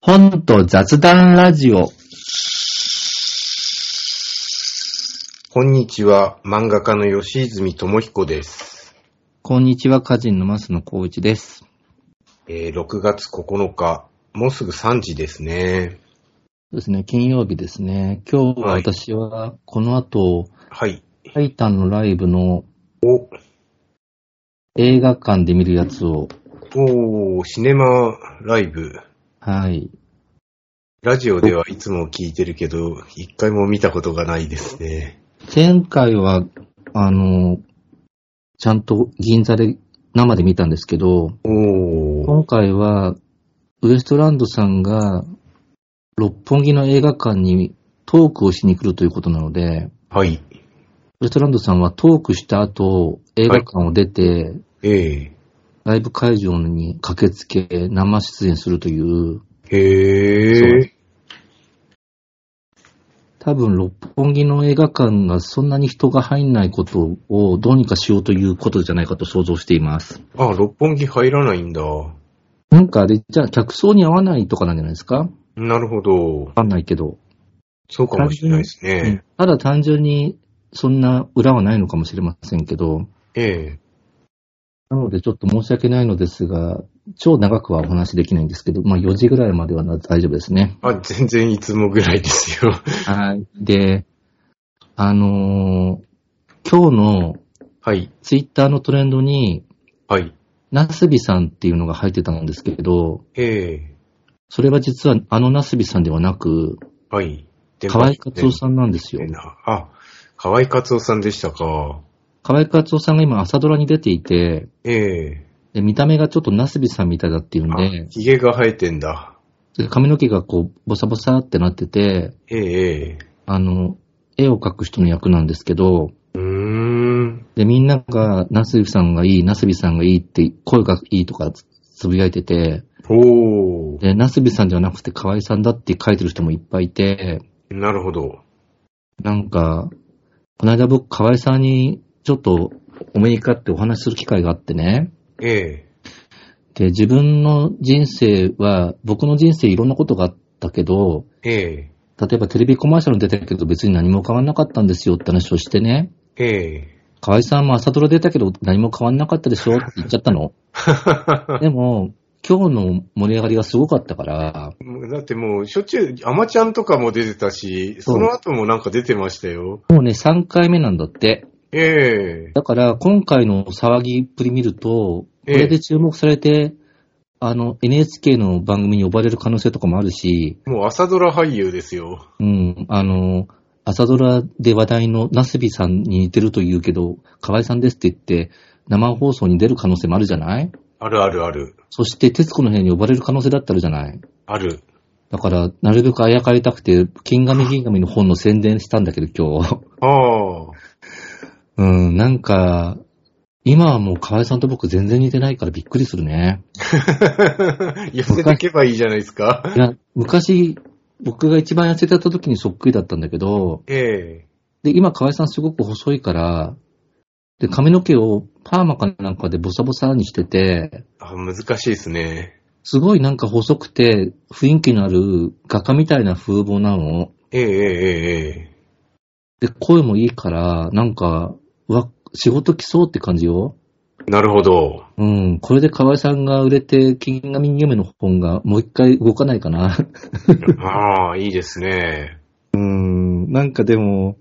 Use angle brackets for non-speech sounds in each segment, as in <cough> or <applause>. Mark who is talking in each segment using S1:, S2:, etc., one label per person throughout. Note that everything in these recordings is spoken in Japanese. S1: 本と雑談ラジオ。
S2: こんにちは、漫画家の吉泉智彦です。
S1: こんにちは、歌人の増野幸一です。
S2: えー6月9日、もうすぐ3時ですね。
S1: そうですね、金曜日ですね。今日は
S2: はい
S1: 私は、この後、
S2: はい。
S1: タイタンのライブの
S2: お、
S1: 映画館で見るやつを、
S2: おー、シネマライブ。
S1: はい。
S2: ラジオではいつも聞いてるけど、一回も見たことがないですね。
S1: 前回は、あの、ちゃんと銀座で生で見たんですけど、
S2: おー、
S1: 今回は、ウエストランドさんが、六本木の映画館にトークをしに来るということなので、
S2: はい。
S1: ウエストランドさんはトークした後、映画館を出て、
S2: え
S1: ライブ会場に駆けつけ、生出演するという、
S2: ー、へー、
S1: 多分六本木の映画館がそんなに人が入んないことをどうにかしようということじゃないかと想像しています。
S2: あ、六本木入らないんだ。
S1: なんかあれ、じゃあ客層に合わないとかなんじゃないですかわ
S2: なるほど。
S1: かんないけど。
S2: そうかもしれないですね。
S1: ただ単純にそんな裏はないのかもしれませんけど、
S2: え
S1: なのでちょっと申し訳ないのですが、超長くはお話しできないんですけど、まあ4時ぐらいまではな大丈夫ですね。
S2: ー、あ、全然いつもぐらいですよ。
S1: はい。で、あのー今日の
S2: はい、
S1: ツイッターのトレンドに、
S2: はい。
S1: ナスビさんっていうのが入ってたんですけど、
S2: え
S1: それは実はあのナスビさんではなく、
S2: ー、はい。で
S1: 河合克夫さんなんですよ。
S2: あ、河合克夫さんでしたか。
S1: 河合克夫さんが今朝ドラに出ていて、
S2: え
S1: で見た目がちょっとナスビさんみたいだっていうん
S2: え
S1: で
S2: あ、、ひげが生えてんだ。
S1: で髪の毛がこう、ボサボサってなってて、
S2: えええ
S1: あの、絵を描く人の役なんですけど、
S2: えうーん。
S1: で、みんなが、ナスビさんがいい、ナスビさんがいいって、声がいいとかつつぶやいてて、
S2: おー。
S1: で、ナスビさんじゃなくて河合さんだって書いてる人もいっぱいいて、
S2: なるほど。
S1: なんか、この間僕、河合さんにちょっとお目にかかってお話しする機会があってね。
S2: え
S1: で、自分の人生は、僕の人生いろんなことがあったけど、
S2: ええ
S1: 例えばテレビコマーシャルに出てたけど別に何も変わんなかったんですよって話をしてね。
S2: ええ
S1: 河合さんも朝ドラ出たけど何も変わんなかったでしょって言っちゃったの。でも、今日の盛り上がりがすごかったから、
S2: えだってもう、しょっちゅう、アマちゃんとかも出てたし、
S1: そう
S2: その後もなんか出てましたよ。
S1: もうね、3回目なんだって。
S2: ええ
S1: だから、今回の騒ぎっぷり見ると、こ
S2: ええ
S1: れで注目されて、あの、NHK の番組に呼ばれる可能性とかもあるし、
S2: もう朝ドラ俳優ですよ。
S1: うん、あの、朝ドラで話題のナスビさんに似てると言うけど、河合さんですって言って、生放送に出る可能性もあるじゃない
S2: あるあるある。
S1: そして、徹子の部屋に呼ばれる可能性だってあるじゃない
S2: ある。
S1: だから、なるべくあやかりたくて、金紙銀紙の本の宣伝したんだけど、今日。 <laughs>
S2: ああ。
S1: うん、なんか、今はもう河合さんと僕全然似てないからびっくりするね。
S2: 痩せてけばいいじゃないですか。
S1: いや、昔、僕が一番痩せてた時にそっくりだったんだけど、
S2: ええ
S1: で、今河合さんすごく細いから、で、髪の毛をパーマかなんかでボサボサにしてて、
S2: あ、難しいですね。
S1: すごいなんか細くて雰囲気のある画家みたいな風貌なの。
S2: ええええええ
S1: で、声もいいから、なんか、うわ、仕事来そうって感じよ。
S2: なるほど。
S1: <laughs> うん、これで河合さんが売れて、金紙夢の本がもう一回動かないかな。
S2: ああ、いいですね。
S1: うん、なんかでも、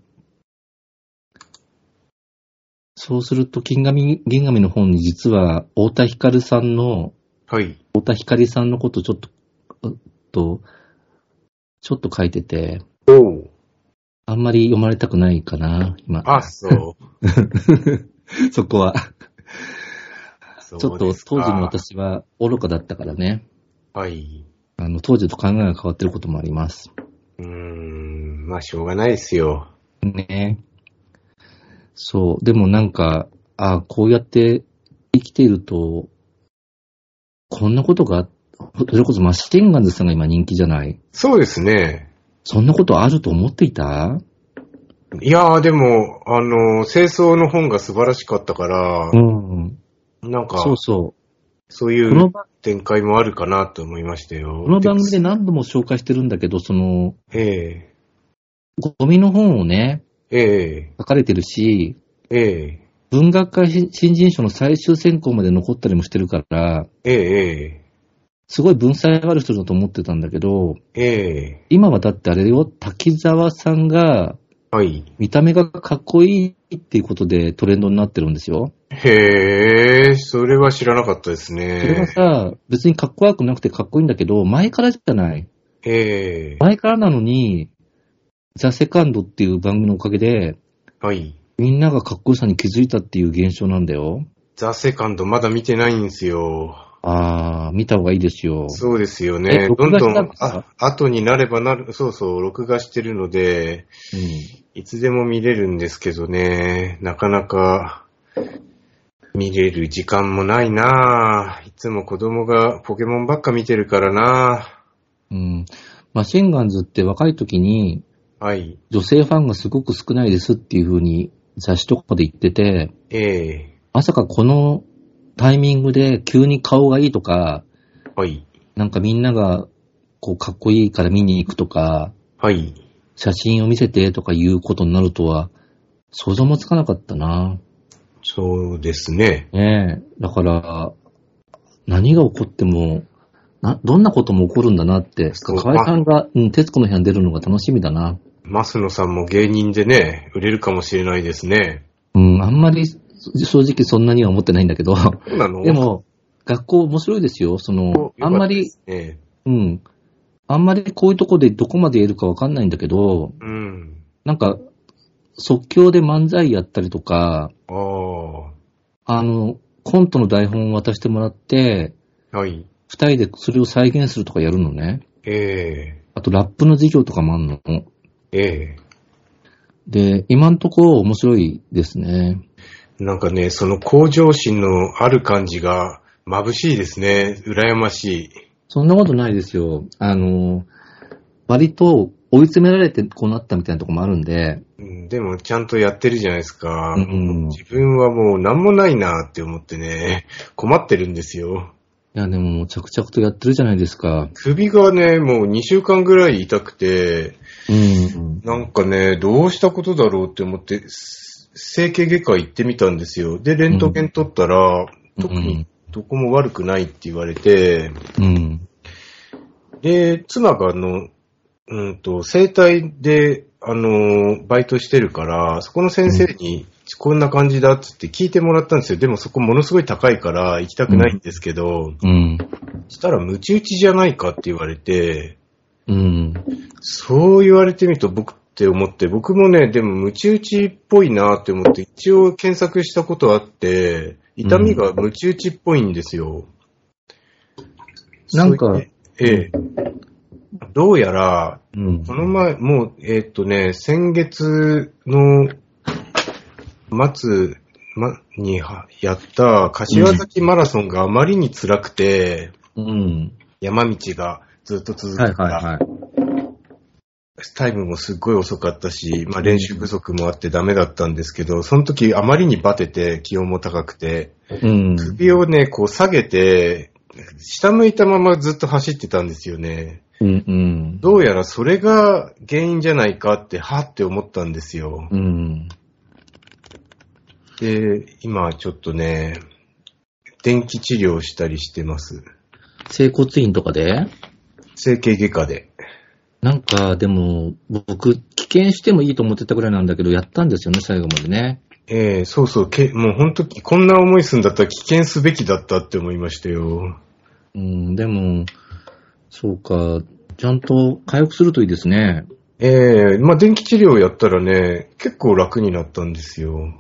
S1: そうすると、金紙、銀紙の本に実は、太田光さんの、
S2: はい。
S1: 太田光さんのことちょっと、うっと、ちょっと書いてて、
S2: おう。
S1: あんまり読まれたくないかな、今。
S2: あ、そう。
S1: そこは。
S2: ち
S1: <laughs> ちょっと当時の。私は愚かだったからね。
S2: はい。
S1: あの、当時と考えが変わってることもあります。
S2: うーん、まあ、しょうがないですよ。
S1: ね。そう。でもなんか、ああ、こうやって生きていると、こんなことが、それこそマシンガンズさんが今人気じゃない。
S2: そうですね。
S1: そんなことあると思っていた
S2: いやー、でも、あの、清掃の本が素晴らしかったから
S1: う、ん。
S2: なんか、
S1: そうそ
S2: そう
S1: う。
S2: い
S1: この
S2: う、
S1: 番
S2: 展開もあるかなと思いましたよ。
S1: この番組で何度も紹介してるんだけど、その、
S2: え
S1: ゴミの本をね、
S2: ええ
S1: 書かれてるし、
S2: ええ
S1: 文学界新新人賞の最終選考まで残ったりもしてるから、
S2: ええ
S1: すごい文才がある人だと思ってたんだけど、
S2: ええ
S1: 今はだってあれよ、滝沢さんが
S2: はい。
S1: 見た目がかっこいいっていうことでトレンドになってるんですよ。
S2: へえ、それは知らなかったです
S1: それが
S2: ね。
S1: さ、別にかっこ悪くなくてかっこいいんだけど、前からじゃない。
S2: ええ
S1: 前からなのに、ザ・セカンドっていう番組のおかげで、
S2: はい。
S1: みんながかっこよさに気づいたっていう現象なんだよ。
S2: ザ・セカンドまだ見てないんですよ。
S1: あー、見た方がいいですよ。
S2: そうですよ
S1: え
S2: ね。ど
S1: 録
S2: ん
S1: 画
S2: ど
S1: したん
S2: ん
S1: ですか
S2: あ後になればなる、そうそう、録画してるので、
S1: うん
S2: いつでも見れるんですけどね、なかなか見れる時間もないなぁ。いつも子供がポケモンばっか見てるからな
S1: うん。マシンガンズって若い時に、
S2: ぁ。はい。
S1: 女性ファンがすごく少ないですっていう風に雑誌とかで言ってて、
S2: ええ
S1: まさかこのタイミングで急に顔がいいとか、
S2: はい。
S1: なんかみんながこうかっこいいから見に行くとか、
S2: はい。
S1: 写真を見せてとかいうことになるとは、想像もつかなかったな。
S2: そうですね。
S1: ねえ。だから、何が起こっても、な、どんなことも起こるんだなって、
S2: そう
S1: 河合さんが、うん、徹子の部屋に出るのが楽しみだな。
S2: 増野さんも芸人でね、売れるかもしれないですね。
S1: うん、あんまり、正直そんなには思ってないんだけど、
S2: そうなの
S1: で、も、学校面白いですよ。その、あんまり、
S2: ええ
S1: うん。あんまりこういうとこでどこまで言えるかわかんないんだけど、
S2: うん。
S1: なんか、即興で漫才やったりとか、
S2: ああ。
S1: あの、コントの台本を渡してもらって、
S2: はい。
S1: 二人でそれを再現するとかやるのね。
S2: え
S1: あと、ラップの授業とかもあんの。
S2: えええ
S1: で、今んとこ面白いですね。
S2: なんかね、その向上心のある感じが眩しいですね。羨ましい。
S1: そんなことないですよ。あの、割と追い詰められてこうなったみたいなとこもあるんで、
S2: うんでも、ちゃんとやってるじゃないですか。
S1: うん
S2: 自分はもう何もないなって思ってね、困ってるんですよ。
S1: いや、でももう着々とやってるじゃないですか。
S2: 首がね、もう2週間ぐらい痛くて、
S1: うん。
S2: なんかね、どうしたことだろうって思って、す整形外科行ってみたんですよ。で、レントゲン取ったら、特にどこも悪くないって言われて、
S1: うん。
S2: で、妻があの、うんと、整体で、あの、バイトしてるから、そこの先生に、こんな感じだっつって聞いてもらったんですよ。でもそこものすごい高いから行きたくないんですけど、
S1: うん。
S2: したらムチ打ちじゃないかって言われて、
S1: うん。
S2: そう言われてみると僕って思って、僕もね、でもムチ打ちっぽいなって思って、一応検索したことあって、痛みがムチ打ちっぽいんですよ。
S1: なんか
S2: それで、ええ。どうやら、
S1: うん。
S2: この前、もう、えーっとね、先月の末まにはやった柏崎マラソンがあまりに辛くて、
S1: うん。
S2: 山道がずっと続くから、
S1: い。
S2: タイムもすっごい遅かったし、まあ、練習不足もあってダメだったんですけど、その時あまりにバテて気温も高くて、
S1: うん。
S2: 首をね、こう下げて、下向いたままずっと走ってたんですよね。
S1: うん。うん。
S2: どうやらそれが原因じゃないかって、はって思ったんですよ。
S1: うん。
S2: で、今ちょっとね、電気治療したりしてます。
S1: 整骨院とかで
S2: 整形外科で。
S1: なんか、でも、僕、危険してもいいと思ってたぐらいなんだけど、やったんですよね、最後までね。
S2: ええそうそう、けもう本当にこんな思いするんだったら危険すべきだったって思いましたよ。
S1: うん、でも、そうか、ちゃんと回復するといいですね。
S2: ええまあ電気治療やったらね、結構楽になったんですよ。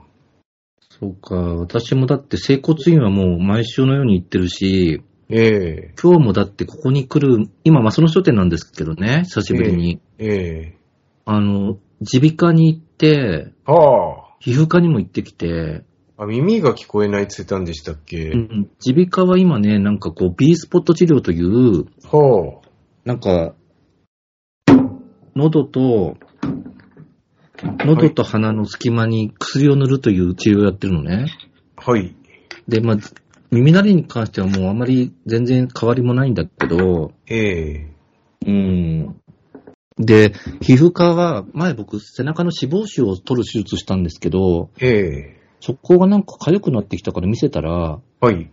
S1: そうか、私もだって整骨院はもう毎週のように行ってるし、
S2: ええ
S1: 今日もだってここに来る、今、まあその書店なんですけどね、久しぶりに。
S2: ええ
S1: あの、耳鼻科に行って、
S2: あ
S1: 皮膚科にも行ってきて、
S2: あ。あ、耳が聞こえないって言ってたんでしたっけ、
S1: うん耳鼻科は今ね、なんかこう、B スポット治療という、
S2: はあ。
S1: なんか、喉と、喉と鼻の隙間に薬を塗るという治療をやってるのね。
S2: はい。
S1: で、まあ、耳鳴りに関してはもうあまり全然変わりもないんだけど、
S2: ええ
S1: うん。で、皮膚科は、前僕、背中の脂肪腫を取る手術したんですけど、
S2: ええ
S1: そこがなんか痒くなってきたから見せたら、
S2: はい。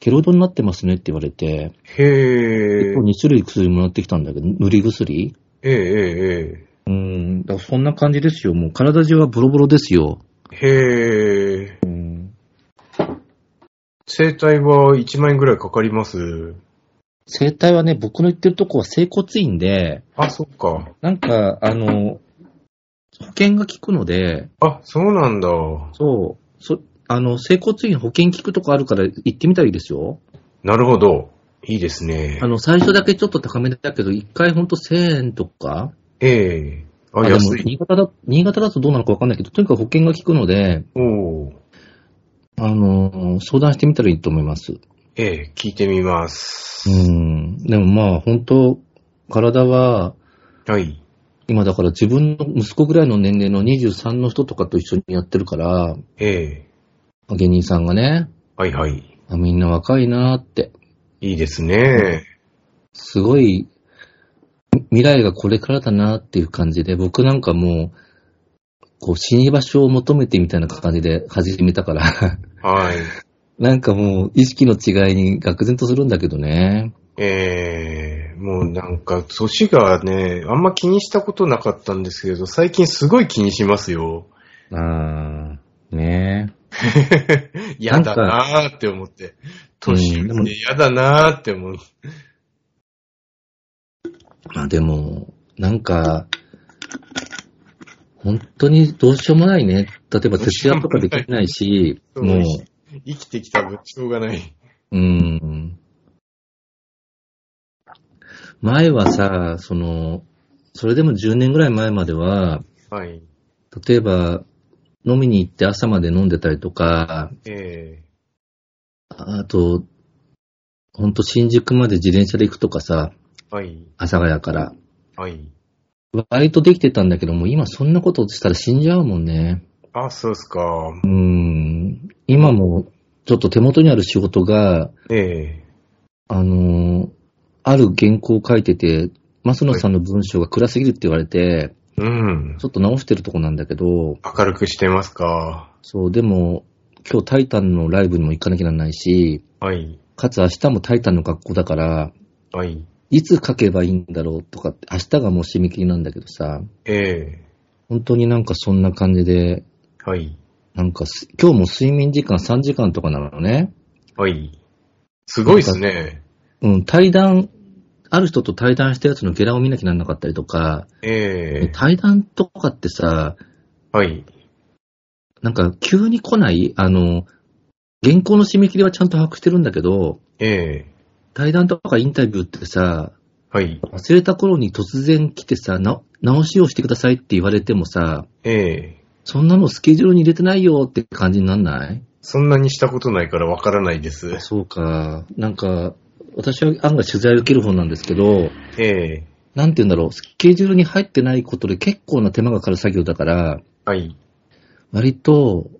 S1: ケロドンになってますねって言われて、
S2: へえ
S1: 2種類薬もらってきたんだけど、塗り薬
S2: えええ
S1: うん、だからそんな感じですよ。もう体中はボロボロですよ。
S2: えへえ
S1: うん。
S2: 生体は1万円ぐらいかかります。
S1: 整体はね、僕の言ってるとこは整骨院で、
S2: あ、そっか。
S1: なんか、あの、保険が効くので、
S2: あ、そうなんだ。
S1: そう、そあの、整骨院保険効くとこあるから行ってみたらいいですよ。
S2: なるほど。いいですね
S1: あ。の、最初だけちょっと高めだけど、一回ほんと1000円とか、
S2: ええあ、
S1: あでも
S2: 安い。
S1: 新潟だ、新潟だとどうなのかわかんないけど、とにかく保険が効くので、
S2: おー
S1: あの、相談してみたらいいと思います。
S2: ええ聞いてみます
S1: う。ん。でもまあ、本当体は、
S2: はい。
S1: 今だから自分の息子ぐらいの年齢の23の人とかと一緒にやってるから、
S2: ええ
S1: 芸人さんがね、
S2: はいはい。
S1: あみんな若いなーって、
S2: いいですね。
S1: すごい、未来がこれからだなーっていう感じで、僕なんかもう、こう死に場所を求めてみたいな感じで始めたから、 <laughs>
S2: はい。
S1: なんかもう意識の違いに愕然とするんだけどね。
S2: ええもうなんか、年がね、あんま気にしたことなかったんですけど、最近すごい気にしますよ。
S1: あー、ね
S2: 嫌だなーって思って。年
S1: うんで
S2: 上
S1: も
S2: で嫌だなーって思う。
S1: まあでも、なんか、本当にどうしようもないね。例えば徹夜とかできないし、
S2: どう
S1: も
S2: しようも
S1: う
S2: ない、生きてきた分、しょうがない。
S1: うん。前はさ、その、それでも10年ぐらい前までは、
S2: はい。
S1: 例えば、飲みに行って朝まで飲んでたりとか、
S2: え
S1: あと、ほんと新宿まで自転車で行くとかさ、
S2: えはい。
S1: 阿佐ヶ谷から。
S2: はい。
S1: 割とできてたんだけども、今そんなことしたら死んじゃうもんね。
S2: あ、そうですか。
S1: うーん今もちょっと手元にある仕事が、
S2: ええ
S1: あのーある原稿を書いてて、増野さんの文章が暗すぎるって言われて、
S2: うん
S1: ち。ょっと直してるとこなんだけど、
S2: 明るくしてますか。
S1: そう、でも、今日タイタンのライブにも行かなきゃならないし、
S2: はい。
S1: かつ明日もタイタンの学校だから、
S2: はい。
S1: いつ書けばいいんだろうとかって、明日がもう締め切りなんだけどさ、
S2: ええ
S1: 本当になんかそんな感じで、
S2: はい。
S1: なんかす今日も睡眠時間3時間とかなのね。
S2: はい。すごいですね。
S1: うん、対談、ある人と対談したやつのゲラを見なきゃならなかったりとか、
S2: ええ
S1: 対談とかってさ、
S2: はい。
S1: なんか急に来ない、あの、原稿の締め切りはちゃんと把握してるんだけど、
S2: ええ
S1: 対談とかインタビューってさ、
S2: はい。
S1: 忘れた頃に突然来てさ、な直しをしてくださいって言われてもさ、
S2: ええ
S1: そんなのスケジュールに入れてないよって感じになんない
S2: そんなにしたことないからわからないです。
S1: そうか。なんか、私は案外取材を受ける方なんですけど、
S2: ええ
S1: なんて言うんだろう、スケジュールに入ってないことで結構な手間がかかる作業だから、
S2: はい。
S1: 割と、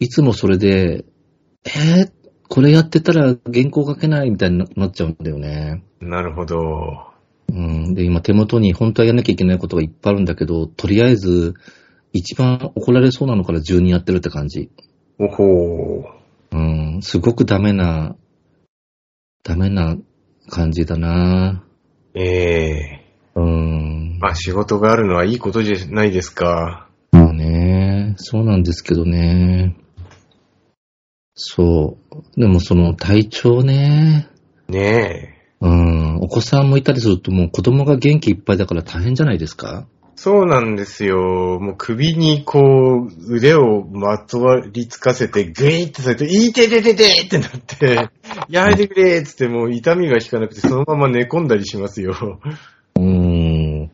S1: いつもそれで、えー、これやってたら原稿書けないみたいになっちゃうんだよね。
S2: なるほど。
S1: うん。で、今手元に本当はやんなきゃいけないことがいっぱいあるんだけど、とりあえず、一番怒られそうなのから順にやってるって感じ。
S2: おほー。
S1: うん。すごくダメな、ダメな感じだな
S2: ええ
S1: うん。
S2: まあ仕事があるのはいいことじゃないですか。
S1: まあね、そうなんですけどね。そう。でもその体調ね、
S2: ねえ。
S1: うん、お子さんもいたりするともう子供が元気いっぱいだから大変じゃないですか
S2: そうなんですよ。もう首にこう、腕をまとわりつかせて、グイーってされて、いててててって
S1: <laughs>
S2: なって、やめてくれーっつってもう痛みが引かなくて、そのまま寝込んだりしますよ。
S1: うん。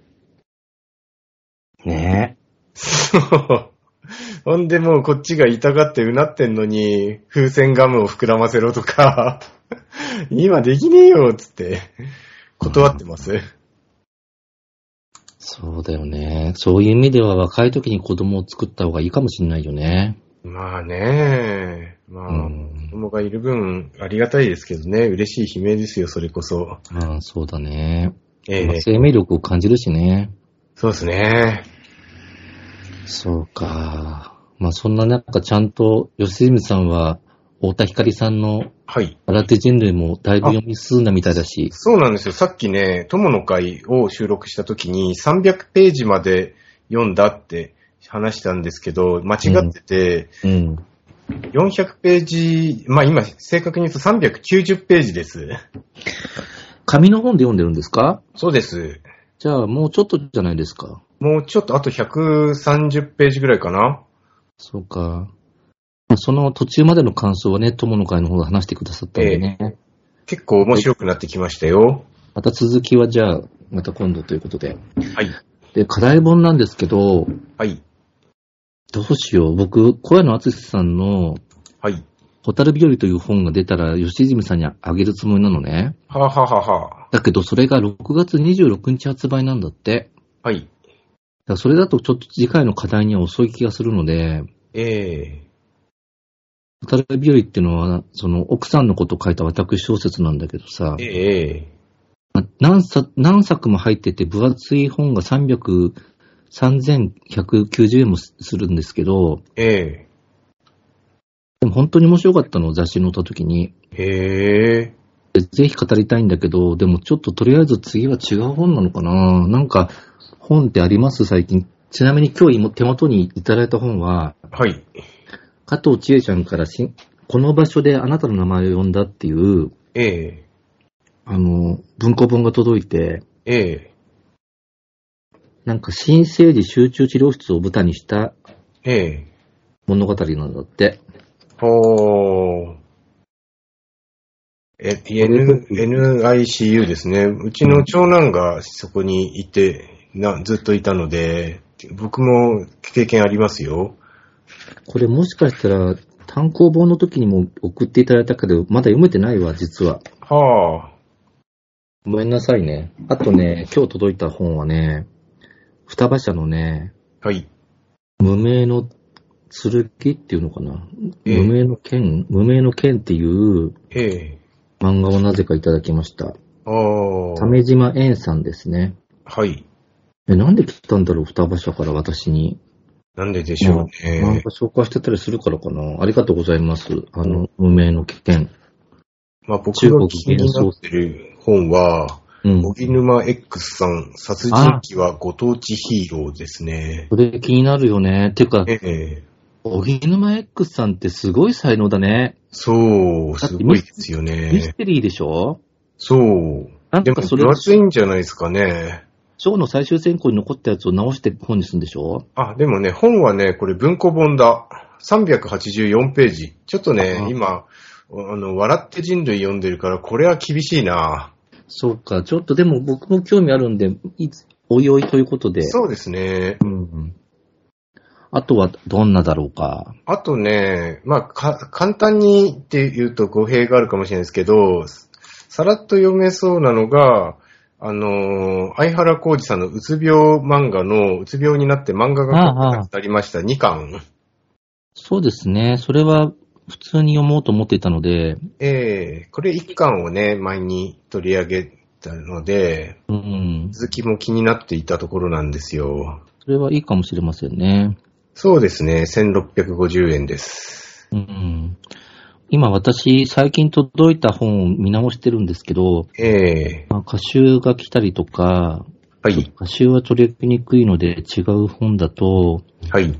S1: ね
S2: そう。ほんでもうこっちが痛がってうなってんのに、風船ガムを膨らませろとか、今できねえよっつって、断ってます。
S1: そうだよね。そういう意味では若い時に子供を作った方がいいかもしれないよね。
S2: まあね、まあ、
S1: うん
S2: 子供がいる分ありがたいですけどね、嬉しい悲鳴ですよ、それこそ。
S1: ああ、そうだね。
S2: ええ
S1: まあ生命力を感じるしね。
S2: そうですね。
S1: そうか。まあそんな中、ちゃんと、吉住さんは、太田光さんの
S2: はい。
S1: 新手人類もだいぶ読み進んだみたいだし、
S2: そうなんですよ。さっきね、友の会を収録した時に300ページまで読んだって話したんですけど、間違ってて、
S1: うん。
S2: 400ページ、まあ今正確に言うと390ページです。
S1: 紙の本で読んでるんですか
S2: そうです。
S1: じゃあもうちょっとじゃないですか。
S2: もうちょっとあと130ページぐらいかな。
S1: そうか。その途中までの感想はね、友の会の方で話してくださったんでね。
S2: 結構面白くなってきましたよ。
S1: また続きはじゃあ、また今度ということで。
S2: はい。
S1: で、課題本なんですけど、
S2: はい。
S1: どうしよう。僕、小屋の敦さんの、
S2: はい。
S1: ホタル日和という本が出たら、吉住さんにあげるつもりなのね。
S2: はあ、はあはあはあ、
S1: だけど、それが6月26日発売なんだって。
S2: はい。
S1: だからそれだとちょっと次回の課題には遅い気がするので、
S2: ええ
S1: ホタル日和っていうのは、その奥さんのことを書いた私小説なんだけどさ、
S2: ええ
S1: まあ何作何作も入ってて分厚い本が300、3190円もするんですけど、
S2: え
S1: でも本当に面白かったのを雑誌に載った時に。
S2: えへえ
S1: でぜひ語りたいんだけど、でもちょっととりあえず次は違う本なのかななんか、本ってあります最近。ちなみに今日今手元にいただいた本は、
S2: はい。
S1: 加藤千恵ちゃんからしんこの場所であなたの名前を呼んだっていう、
S2: ええ
S1: あの、文庫本が届いて、
S2: ええ
S1: なんか新生児集中治療室を舞台にした
S2: ええ
S1: 物語なんだって。
S2: ほー。え、N、NICU ですね。うちの長男がそこにいて、な、ずっといたので、僕も経験ありますよ。
S1: これもしかしたら単行本の時にも送っていただいたけど、まだ読めてないわ、実は。
S2: はあ。
S1: ごめんなさいね。あとね、今日届いた本はね、双葉社のね、
S2: はい。
S1: 無名の剣っていうのかな。
S2: ええ
S1: 無名の剣無名の剣っていう
S2: ええ
S1: 漫画をなぜかいただきました。
S2: ああ。
S1: 鮫島縁さんですね。
S2: はい。
S1: え、なんで来たんだろう、双葉社から私に。
S2: なんででしょう
S1: 漫
S2: ね。
S1: 画紹介してたりするからかな。ありがとうございます。あの、無名の剣。
S2: まあ、僕が気になってる本は、
S1: うん。
S2: 小木沼 X さん、殺人鬼はご当地ヒーローですね。
S1: それ気になるよね。ていうか、
S2: ええ
S1: 荻沼 X さんってすごい才能だね。
S2: そう、すごいですよ
S1: ミス
S2: ね。
S1: テリーでしょ
S2: そう。
S1: なん
S2: で
S1: か
S2: も、
S1: それ
S2: 分、厚いんじゃないですかね。
S1: ショーの最終選考に残ったやつを直して本にするんでしょ
S2: あ、でもね、本はね、これ文庫本だ。384ページ。ちょっとね
S1: あ、
S2: 今、あの、笑って人類読んでるから、これは厳しいな。
S1: そうか、ちょっとでも僕も興味あるんで、いつ、おいおいということで。
S2: そうですね。
S1: うん。あとはどんなだろうか。
S2: あとね、まあ、か、簡単にって言うと語弊があるかもしれないですけど、さらっと読めそうなのが、あのー相原浩二さんのうつ病漫画の、うつ病になって漫画が書けなくなりました、2巻。
S1: そうですね。それは普通に読もうと思っていたので、
S2: ええこれ1巻をね、前に取り上げたので、
S1: うん。
S2: 続きも気になっていたところなんですよ。
S1: それはいいかもしれませんね。
S2: そうですね、1650円です。
S1: うん。今私、最近届いた本を見直してるんですけど、
S2: ええ
S1: まあ、歌集が来たりとか、
S2: はい、
S1: 歌集は取り上げにくいので違う本だと、
S2: はい、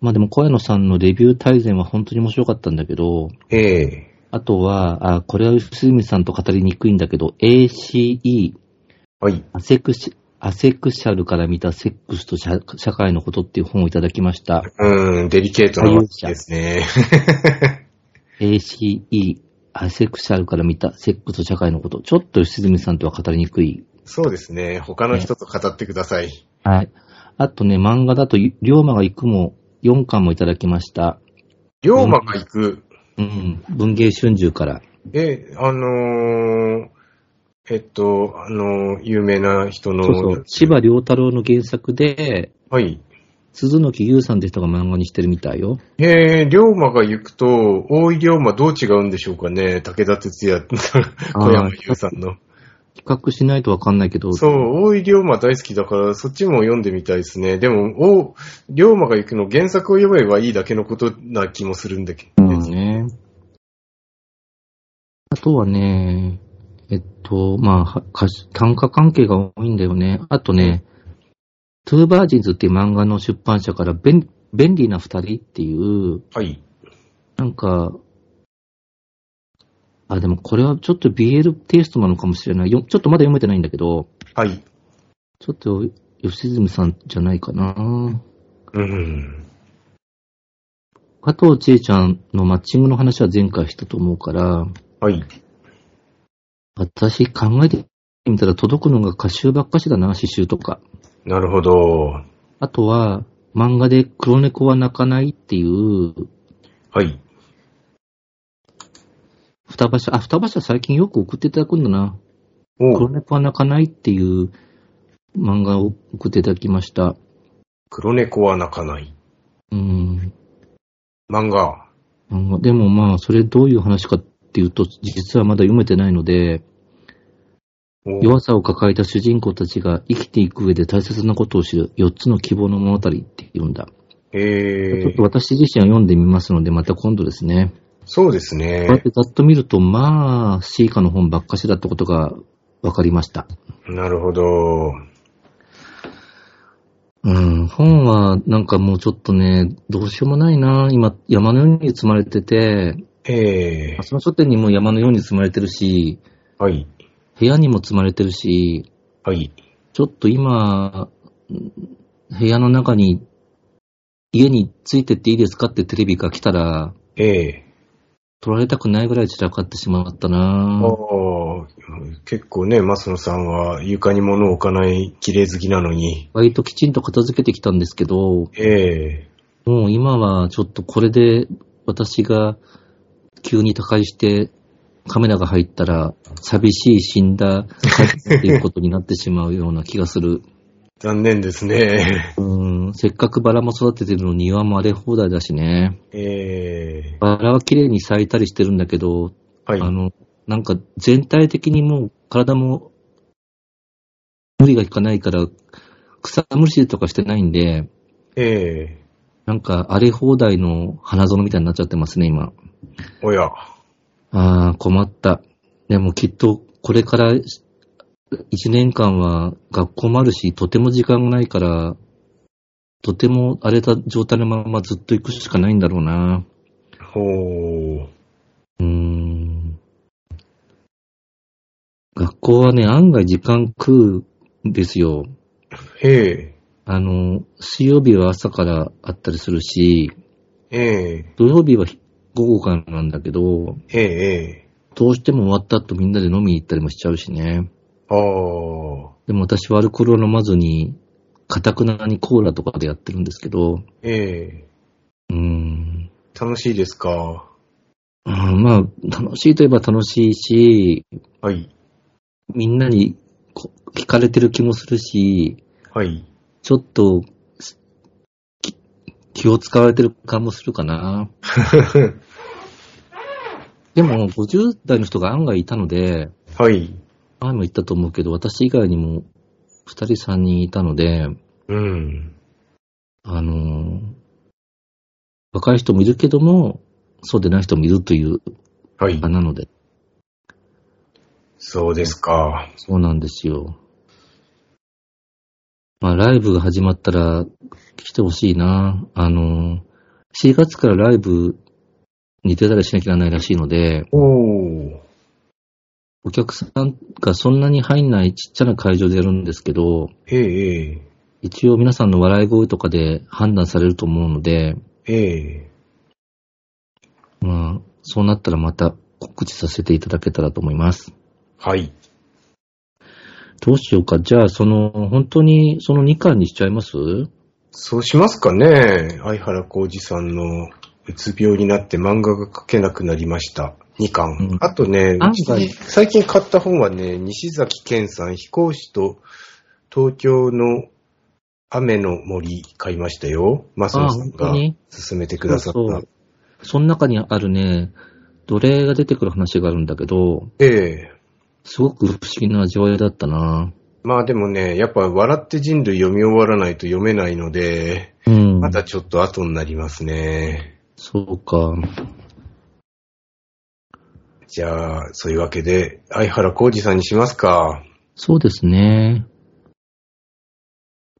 S1: まあでも小屋野さんのレビュー大全は本当に面白かったんだけど、
S2: ええ
S1: あとは、あこれは吉住さんと語りにくいんだけど、ACE、
S2: はい、
S1: アセクシアセクシャルから見たセックスと社社会のことっていう本をいただきました。
S2: うん、デリケートな話ですね。
S1: ACE、アセクシャルから見たセックスと社会のこと。ちょっと吉住さんとは語りにくい。
S2: <laughs> そうですね。他の人と語ってください。
S1: はい。あとね、漫画だと、龍馬が行くも4巻もいただきました。
S2: 龍馬が行く。
S1: うん。文芸春秋から。
S2: え、あのーえっと、あのー有名な人の。
S1: そうそう。芝良太郎の原作で、
S2: はい。
S1: 鈴木優さんって人が漫画にしてるみたいよ。
S2: へえ、龍馬が行くと、大井龍馬どう違うんでしょうかね武田鉄矢、小山優さんの。
S1: 比較しないとわかんないけど、
S2: そう、大井龍馬大好きだから、そっちも読んでみたいですね。でも、お龍馬が行くの原作を読めばいいだけのことな気もするんだけど、
S1: うんね。あとはね、えっと、まあは歌詞、単価関係が多いんだよね。あとね、トゥーバージンズっていう漫画の出版社から便、便利な二人っていう、
S2: はい。
S1: なんか、あ、でもこれはちょっと BL テイストなのかもしれない。よちょっとまだ読めてないんだけど、
S2: はい。
S1: ちょっと、吉住さんじゃないかな。
S2: うん。
S1: 加藤千恵ちゃんのマッチングの話は前回したと思うから、
S2: はい。
S1: 私考えてみたら届くのが歌集ばっかしだな、刺繍とか。
S2: なるほど。
S1: あとは、漫画で黒猫は泣かないっていう、
S2: はい。
S1: 双葉社、あ、双葉社最近よく送っていただくんだな。
S2: お
S1: 黒
S2: う
S1: 猫は泣かないっていう漫画を送っていただきました。
S2: 黒猫は泣かない。
S1: うん。
S2: 漫画。
S1: 漫画でもまあ、それどういう話かっていうと、実はまだ読めてないので、
S2: おう
S1: 弱さを抱えた主人公たちが生きていく上で大切なことを知る4つの希望の物語っていうんだ。
S2: え
S1: ちょっ
S2: ー
S1: と、私自身は読んでみますので、また今度ですね。
S2: そうです
S1: こうやっ
S2: ね。
S1: てざっと見ると、まあ、シーカの本ばっかしだってことが分かりました。
S2: なるほど。
S1: うん、本はなんかもうちょっとね、どうしようもないな今、山のように積まれてて、
S2: ええ
S1: その書店にも山のように積まれてるし、
S2: はい。
S1: 部屋にも積まれてるし、
S2: はい。
S1: ちょっと今、うん部屋の中に、家についてっていいですかってテレビが来たら、
S2: ええ
S1: 取られたくないぐらい散らかってしまったな
S2: ああ、結構ね、マスノさんは床に物を置かない綺麗好きなのに。
S1: 割ときちんと片付けてきたんですけど、
S2: ええ
S1: もう今はちょっとこれで私が急に他界してカメラが入ったら寂しい死んだっていうことになってしまうような気がする。
S2: 残念ですね。 <laughs>
S1: うん、せっかくバラも育ててるのに庭も荒れ放題だしね。
S2: ええ
S1: バラは綺麗に咲いたりしてるんだけど、
S2: はい。
S1: あの、なんか全体的にもう体も無理がいかないから草むしりとかしてないんで、
S2: ええ
S1: なんか荒れ放題の花園みたいになっちゃってますね、今。
S2: おや。
S1: ああ、困った。でもきっと、これからし一年間は学校もあるし、とても時間がないから、とても荒れた状態のままずっと行くしかないんだろうな。
S2: ほう。
S1: うーん。学校はね、案外時間食うんですよ。
S2: え
S1: あの、水曜日は朝からあったりするし、
S2: えええ
S1: 土曜日は午後からなんだけど、
S2: えええ
S1: どうしても終わった後みんなで飲みに行ったりもしちゃうしね。
S2: ああ、
S1: でも私はアルコールを飲まずに、かたくなにコーラとかでやってるんですけど、
S2: ええ
S1: うーん。
S2: 楽しいですか。
S1: あーまあ、楽しいといえば楽しいし、
S2: はい。
S1: みんなにこ聞かれてる気もするし、
S2: はい。
S1: ちょっと、すき気を使われてる感もするかな。でも、50代の人が案外いたので、
S2: はい。
S1: 前も言ったと思うけど、私以外にも2人3人いたので、
S2: うん。
S1: あのー若い人もいるけども、そうでない人もいるという
S2: はい
S1: あ。なので、
S2: そうですか。
S1: そうなんですよ。まあ、ライブが始まったら来てほしいな。あの、4月からライブに出たりしなきゃならないらしいので、
S2: おお。
S1: お客さんがそんなに入んないちっちゃな会場でやるんですけど、
S2: えええ
S1: 一応皆さんの笑い声とかで判断されると思うので、
S2: ええ
S1: まあ、そうなったらまた告知させていただけたらと思います。
S2: えはい。
S1: どうしようか。じゃあ、その、本当にその2巻にしちゃいます
S2: そうしますかね。相原浩二さんのうつ病になって漫画が描けなくなりました。2巻。
S1: うん
S2: あとね
S1: 案、外
S2: 最近買った本はね、西崎健さん、飛行士と東京の雨の森買いましたよ。マス
S1: あ、
S2: オさん
S1: 本当
S2: が
S1: に
S2: 勧めてくださった。
S1: そうその中にあるね、奴隷が出てくる話があるんだけど、
S2: ええ
S1: すごく不思議な味わいだったな。
S2: まあでもね、やっぱ笑って人類読み終わらないと読めないので、
S1: うん。
S2: またちょっと後になりますね。
S1: そうか。
S2: じゃあ、そういうわけで、相原浩二さんにしますか。
S1: そうですね。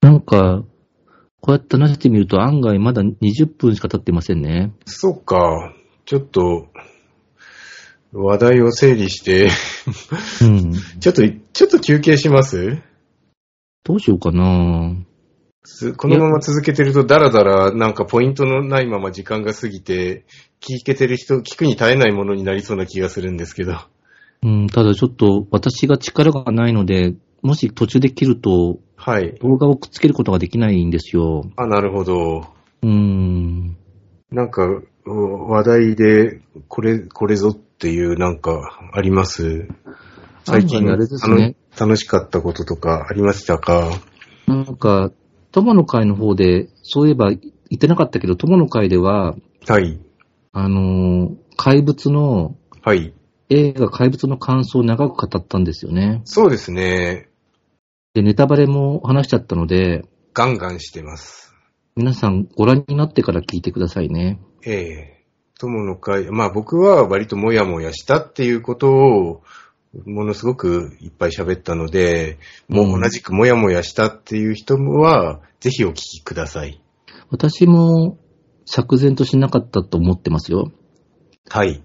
S1: なんか、こうやって話してみると案外まだ20分しか経ってませんね。
S2: そっか。ちょっと、話題を整理して、 <laughs>
S1: うん。
S2: ちょっと、ちょっと休憩します
S1: どうしようかな。
S2: すこのまま続けてると、だらだら、なんかポイントのないまま時間が過ぎて、聞けてる人、聞くに耐えないものになりそうな気がするんですけど。
S1: うん、ただちょっと私が力がないので、もし途中で切ると
S2: はい。
S1: 動画をくっつけることができないんですよ。
S2: あ、なるほど。
S1: うん。
S2: なんか、お話題で、これ、これぞっていう、なんか、あります最近、
S1: 案外あれですね
S2: たの楽しかったこととかありましたか
S1: なんか、友の会の方で、そういえば言ってなかったけど、友の会では、
S2: はい。
S1: あのー怪物の、
S2: はい。
S1: 映画怪物の感想を長く語ったんですよね。
S2: そうですね。
S1: で、ネタバレも話しちゃったので、
S2: ガンガンしてます。
S1: 皆さんご覧になってから聞いてくださいね。
S2: ええ友の会、まあ僕は割ともやもやしたっていうことを、ものすごくいっぱい喋ったので、も
S1: う
S2: うん同じくもやもやしたっていう人は、ぜひお聞きください。
S1: 私も釈然としなかったと思ってますよ。
S2: はい。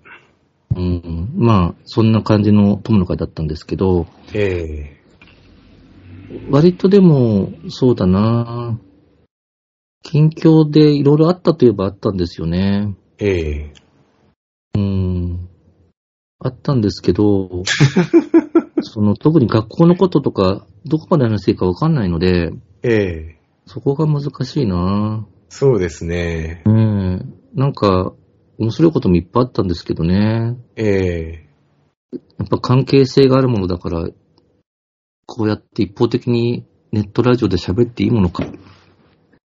S1: うん、まあ、そんな感じの友の会だったんですけど、
S2: ええ
S1: 割とでも、そうだな近況でいろいろあったといえばあったんですよね。
S2: ええ
S1: うん。あったんですけど、その、特に学校のこととか、どこまで話していいかわかんないので、
S2: ええ
S1: そこが難しいな
S2: そうですね。
S1: ぁ。ねえなんか、面白いこともいっぱいあったんですけどね。
S2: ええ
S1: やっぱ関係性があるものだから、こうやって一方的にネットラジオで喋っていいものか。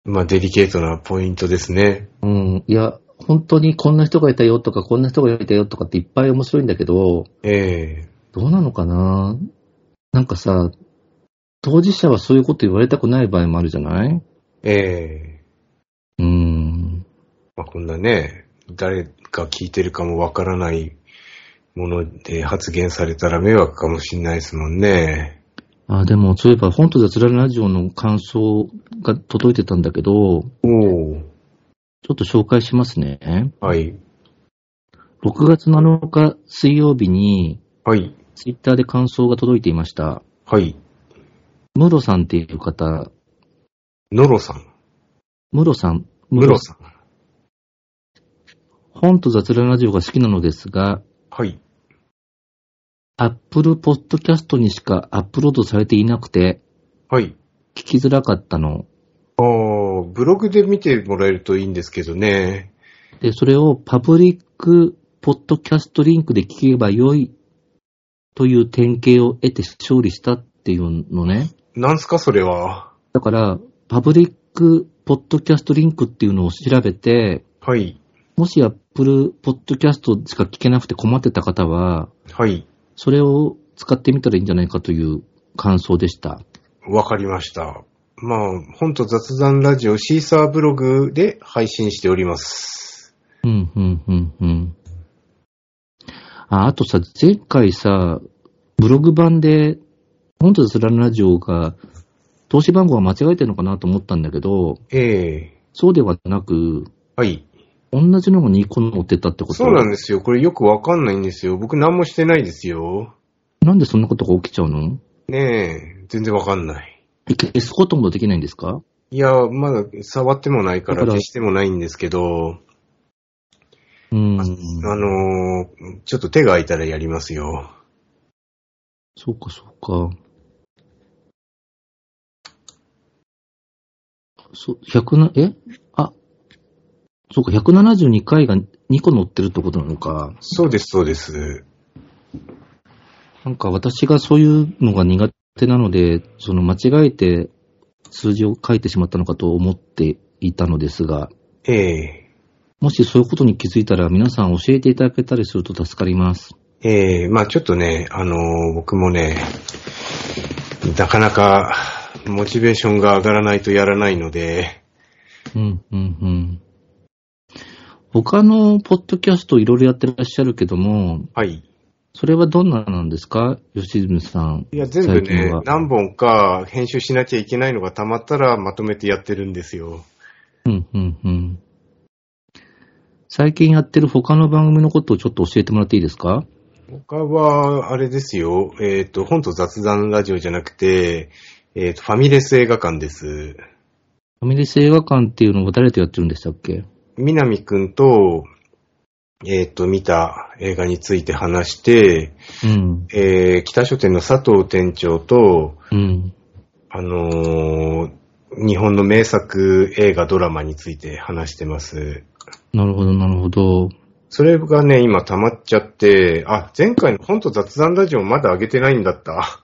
S2: まあ、デリケートなポイントですね。
S1: うん。いや、本当にこんな人がいたよとか、こんな人がいたよとかっていっぱい面白いんだけど、
S2: ええ
S1: どうなのかななんかさ、当事者はそういうこと言われたくない場合もあるじゃない
S2: ええ
S1: うん。
S2: まあ、こんなね、誰が聞いてるかもわからないもので発言されたら迷惑かもしれないですもんね。
S1: あ、でも、そういえば、本と雑談ラジオの感想が届いてたんだけど、
S2: おお。
S1: ちょっと紹介しますね。
S2: はい。
S1: 6月7日水曜日に、
S2: はい。
S1: ツイッターで感想が届いていました。
S2: はい。
S1: ムロさんっていう方、
S2: ノロさん。
S1: ムロさん、
S2: ムロさん。
S1: 本と雑談ラジオが好きなのですが、
S2: はい。
S1: Apple Podcast にしかアップロードされていなくて、
S2: はい。
S1: 聞きづらかったの。
S2: ああ、ブログで見てもらえるといいんですけどね。
S1: で、それをパブリックポッドキャストリンクで聞けば良いという典型を得て勝利したっていうのね。
S2: なんすか、それは。
S1: だから、パブリックポッドキャストリンクっていうのを調べて、
S2: はい。
S1: もし Apple Podcast しか聞けなくて困ってた方は、
S2: はい。
S1: それを使ってみたらいいんじゃないかという感想でした。
S2: わかりました。まあ、本と雑談ラジオシーサーブログで配信しております。
S1: うん、うん、うん、うん。あ、あとさ、前回さ、ブログ版で、本とスララジオが、投資番号は間違えてるのかなと思ったんだけど、
S2: ええ
S1: そうではなく、
S2: はい。
S1: 同じのが2個載ってたってこと
S2: そうなん
S1: で
S2: ですよ。これよくわかんないんですよ。僕何もしてないですよ。
S1: なんでそんなことが起きちゃうの
S2: ねえ、全然わかんない。
S1: え消すこともできないんですか
S2: いや、まだ触ってもないか
S1: だ
S2: ら
S1: から
S2: 消してもないんですけど、
S1: うん。
S2: あのーちょっと手が空いたらやりますよ。
S1: そうか、そうか。そ、100な、えあ、そうか、172回が2個載ってるってことなのか。
S2: そうです、そうです。
S1: なんか私がそういうのが苦手なので、その間違えて数字を書いてしまったのかと思っていたのですが、
S2: ええ
S1: もしそういうことに気づいたら皆さん教えていただけたりすると助かります。
S2: ええまあちょっとね、あのー僕もね、なかなかモチベーションが上がらないとやらないので、
S1: うん、うん、うん。他のポッドキャストいろいろやってらっしゃるけども、
S2: はい。
S1: それはどんななんですか吉住さん。
S2: いや、全部
S1: 最近
S2: ね
S1: は、
S2: 何本か編集しなきゃいけないのが溜まったらまとめてやってるんですよ。
S1: うん、うん、うん。最近やってる他の番組のことをちょっと教えてもらっていいですか
S2: 他は、あれですよ。えっ、と、本と雑談ラジオじゃなくて、えっ、と、ファミレス映画館です。
S1: ファミレス映画館っていうのを誰とやってるんでしたっけ
S2: 南くんと、えっ、と、見た映画について話して、
S1: うん、
S2: えー北書店の佐藤店長と、
S1: うん。
S2: あのー日本の名作映画ドラマについて話してます。
S1: なるほど、なるほど。
S2: それがね、今溜まっちゃって、あ、前回の本と雑談ラジオまだ上げてないんだった。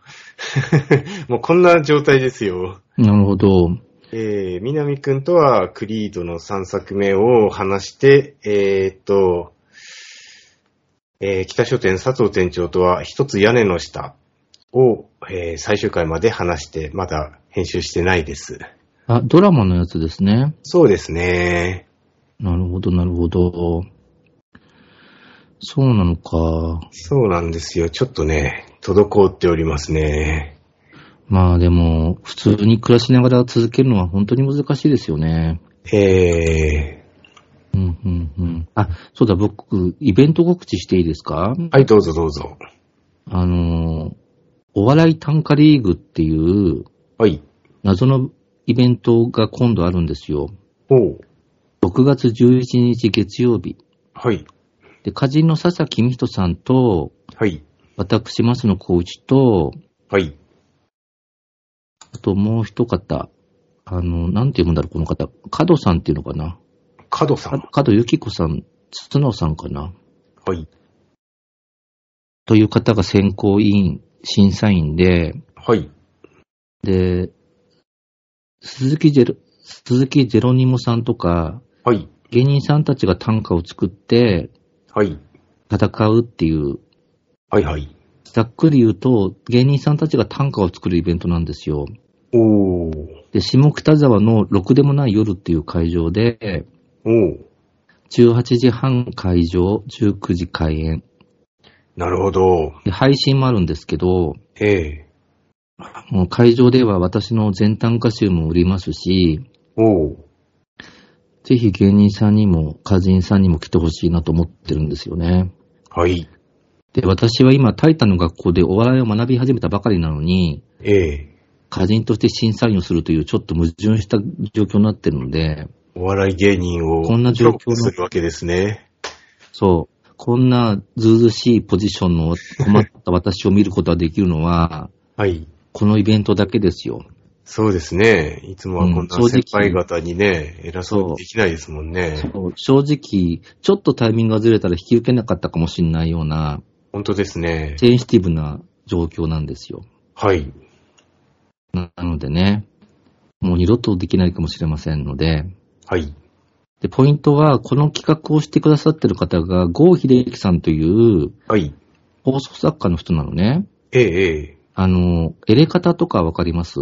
S2: <laughs> もうこんな状態ですよ。
S1: なるほど。
S2: えー、南くんとはクリードの3作目を話して、えーっと、えー北書店佐藤店長とは一つ屋根の下を、えー最終回まで話して、まだ編集してないです。
S1: あ、ドラマのやつですね。
S2: そうですね。
S1: なるほど、なるほど。そうなのか。
S2: そうなんですよ。ちょっとね、滞っておりますね。
S1: まあでも、普通に暮らしながら続けるのは本当に難しいですよね。
S2: え
S1: うん、うん、うん。あ、そうだ、僕、イベント告知していいですか
S2: ー、はい、どうぞどうぞ。
S1: あのー、お笑い短歌リーグっていう
S2: はい。
S1: 謎のイベントが今度あるんですよ。
S2: おう。
S1: 6月11日月曜日。
S2: はい。
S1: で、歌人の笹木美人さんと、
S2: はい。
S1: 私、松野幸一と、
S2: はい。
S1: あともう一方、あの、なんて読むんだろう、この方。角さんっていうのかな。
S2: 角さ
S1: か
S2: ん。
S1: 角由紀子さん、筒野さんかな。
S2: はい。
S1: という方が選考委員、審査員で、
S2: はい。
S1: で、鈴木ジェロ、鈴木ジェロニモさんとか、
S2: はい。
S1: 芸人さんたちが短歌を作って
S2: はい。
S1: 戦うっていう、
S2: はい。はい。
S1: ざっくり言うと、芸人さんたちが短歌を作るイベントなんですよ。
S2: おー。
S1: で、下北沢のろくでもない夜っていう会場で、
S2: おー。
S1: 18時半会場、19時開演。
S2: なるほど。
S1: で配信もあるんですけど、
S2: ええ。
S1: もう会場では私の全短歌集も売りますし、
S2: おう。
S1: ぜひ芸人さんにも歌人さんにも来てほしいなと思ってるんですよね。
S2: はい。
S1: で、私は今、タイタンの学校でお笑いを学び始めたばかりなのに、
S2: ええ。
S1: 歌人として審査員をするというちょっと矛盾した状況になってるので、
S2: お笑い芸人を、
S1: こんな状況の
S2: するわけですね。
S1: そう、こんなずうずうしいポジションの困った私を見ることができるのは、
S2: はい。
S1: このイベントだけですよ。
S2: そうですね。いつもはこんな
S1: うん正直
S2: 先輩方にね、偉そうにできないですもんね。
S1: そう正直、ちょっとタイミングがずれたら引き受けなかったかもしれないような、
S2: 本当ですね。
S1: センシティブな状況なんですよ。
S2: はい。
S1: ななのでね、もう二度とできないかもしれませんので、
S2: はい。
S1: で、ポイントは、この企画をしてくださってる方が、郷秀樹さんという
S2: はい。
S1: 放送作家の人なのね。
S2: ええ、ええ。
S1: あの、エレカタとかわかります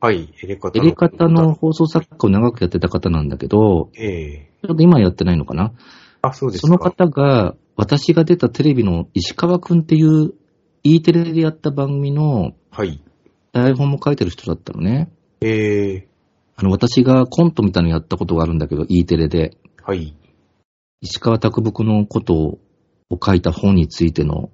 S2: はい。エレカタ
S1: エ
S2: の。
S1: レカタの。放送作家を長くやってた方なんだけど、
S2: ええ。
S1: ちょっと今やってないのかな
S2: あ、そうです
S1: そ
S2: か。
S1: の方が、私が出たテレビの石川くんっていう E テレでやった番組の
S2: はい。
S1: 台本も書いてる人だったのね。
S2: ええ。
S1: あの、私がコントみたいなのやったことがあるんだけど、E テレで。
S2: はい。
S1: 石川拓木のことを書いた本についての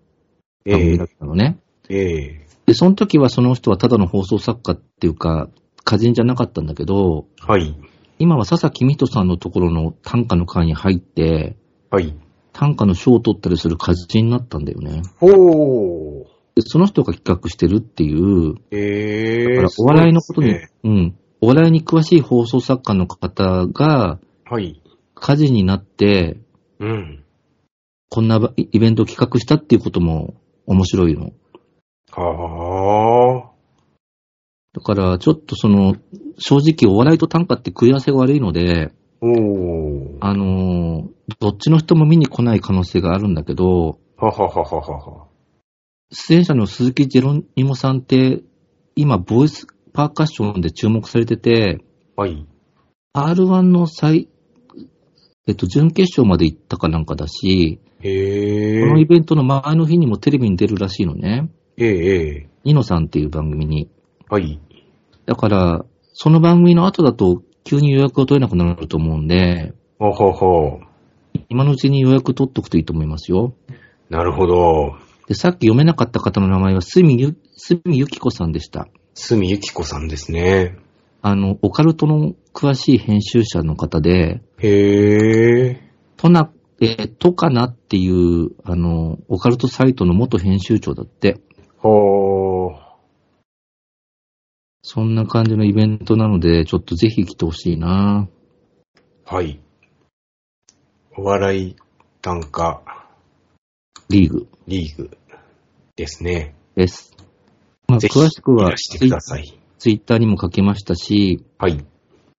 S1: 番
S2: え
S1: 組
S2: え
S1: だっ。たのね。
S2: ええ。
S1: で、その時はその人はただの放送作家っていうか、歌人じゃなかったんだけど、
S2: はい。
S1: 今は笹木美人さんのところの短歌の会に入って、
S2: はい。
S1: 短歌の賞を取ったりする歌人になったんだよね。
S2: ほー。
S1: で、その人が企画してるっていう、
S2: え
S1: だ
S2: え。
S1: からお笑いのことに、
S2: そうですね
S1: うん、お笑いに詳しい放送作家の方が、
S2: はい。
S1: 歌人になって、
S2: うん。
S1: こんなばイベントを企画したっていうことも面白いの。
S2: はあ。
S1: だから、ちょっとその、正直お笑いと短歌って食い合わせが悪いので、
S2: おー。
S1: あのーどっちの人も見に来ない可能性があるんだけど、
S2: はははははは。
S1: 出演者の鈴木ジェロニモさんって、今、ボイスパーカッションで注目されてて、
S2: はい。
S1: R1 の最、えっと、準決勝まで行ったかなんかだし、
S2: へえ。
S1: このイベントの前の日にもテレビに出るらしいのね。
S2: ええ、ええ。
S1: ニノさんっていう番組に。
S2: はい。
S1: だから、その番組の後だと急に予約が取れなくなると思うんで、
S2: あはは。
S1: 今のうちに予約取っとくといいと思いますよ。
S2: なるほど。
S1: で、さっき読めなかった方の名前は、すみゆ、すみゆきこさんでした。
S2: すみゆきこさんですね。
S1: あの、オカルトの詳しい編集者の方で、
S2: へえ。
S1: トナ、えートカナっていう、あの、オカルトサイトの元編集長だって、
S2: はあ。
S1: そんな感じのイベントなので、ちょっとぜひ来てほしいな
S2: はい。お笑い短歌
S1: リーグ
S2: リーグですね。
S1: です。まあ、
S2: ぜひ
S1: 詳しく
S2: いら
S1: は
S2: して
S1: ツ
S2: く
S1: イ
S2: ださい。
S1: ツイッターにも書きましたし、
S2: はい。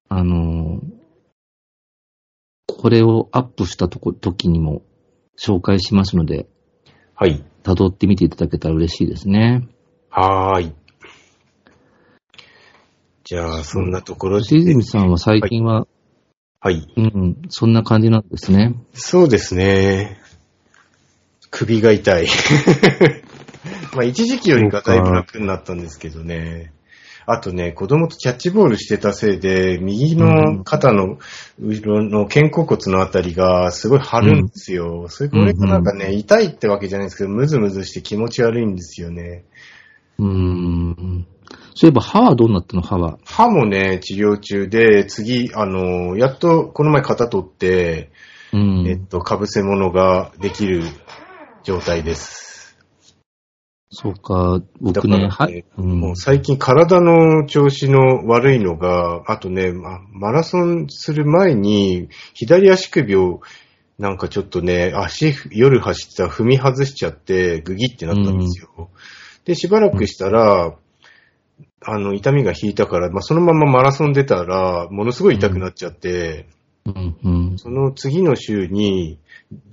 S1: あのーこれをアップしたとこ、時にも紹介しますので、
S2: はい。
S1: 辿ってみていただけたら嬉しいですね。
S2: はーい。じゃあ、そんなところで。
S1: 吉泉さんは最近は、
S2: はい。
S1: うん、そんな感じなんですね。
S2: そうですね。首が痛い。 <laughs> まあ、一時期よりかだいぶ楽になったんですけどね。あとね、子供とキャッチボールしてたせいで、右の肩の後ろの肩甲骨のあたりがすごい張るんですよ。それこれがなんかね、痛いってわけじゃないんですけど、ムズムズして気持ち悪いんですよね。
S1: うーん。そういえば歯はどうなったの歯は。
S2: 歯もね、治療中で、次、あの、やっとこの前肩取って、
S1: う
S2: えっ
S1: ん。
S2: と、被せ物ができる状態です。
S1: そうか、僕
S2: だ
S1: ね、
S2: か
S1: は
S2: らね
S1: い。うん
S2: もう最近体の調子の悪いのが、あとね、まマラソンする前に、左足首を、なんかちょっとね、足、夜走ってたら踏み外しちゃって、グギってなったんですよ。で、しばらくしたら、あの、痛みが引いたから、まあ、そのままマラソン出たら、ものすごい痛くなっちゃって、
S1: うん、うん。
S2: その次の週に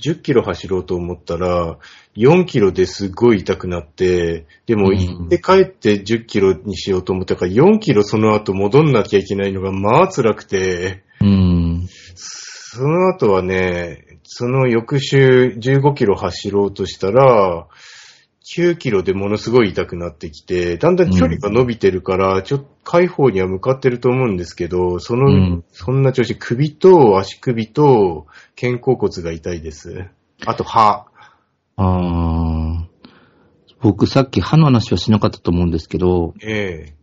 S2: 10キロ走ろうと思ったら、4キロですごい痛くなって、でも
S1: うん
S2: 行って帰って10キロにしようと思ったから、4キロその後戻んなきゃいけないのがまあ辛くて、
S1: うん。
S2: その後はね、その翌週15キロ走ろうとしたら、9キロでものすごい痛くなってきて、だんだん距離が伸びてるから、ちょっと解放には向かってると思うんですけど、その、
S1: うん
S2: そんな調子、首と足首と肩甲骨が痛いです。あと歯。
S1: あー僕さっき歯の話はしなかったと思うんですけど、
S2: ええ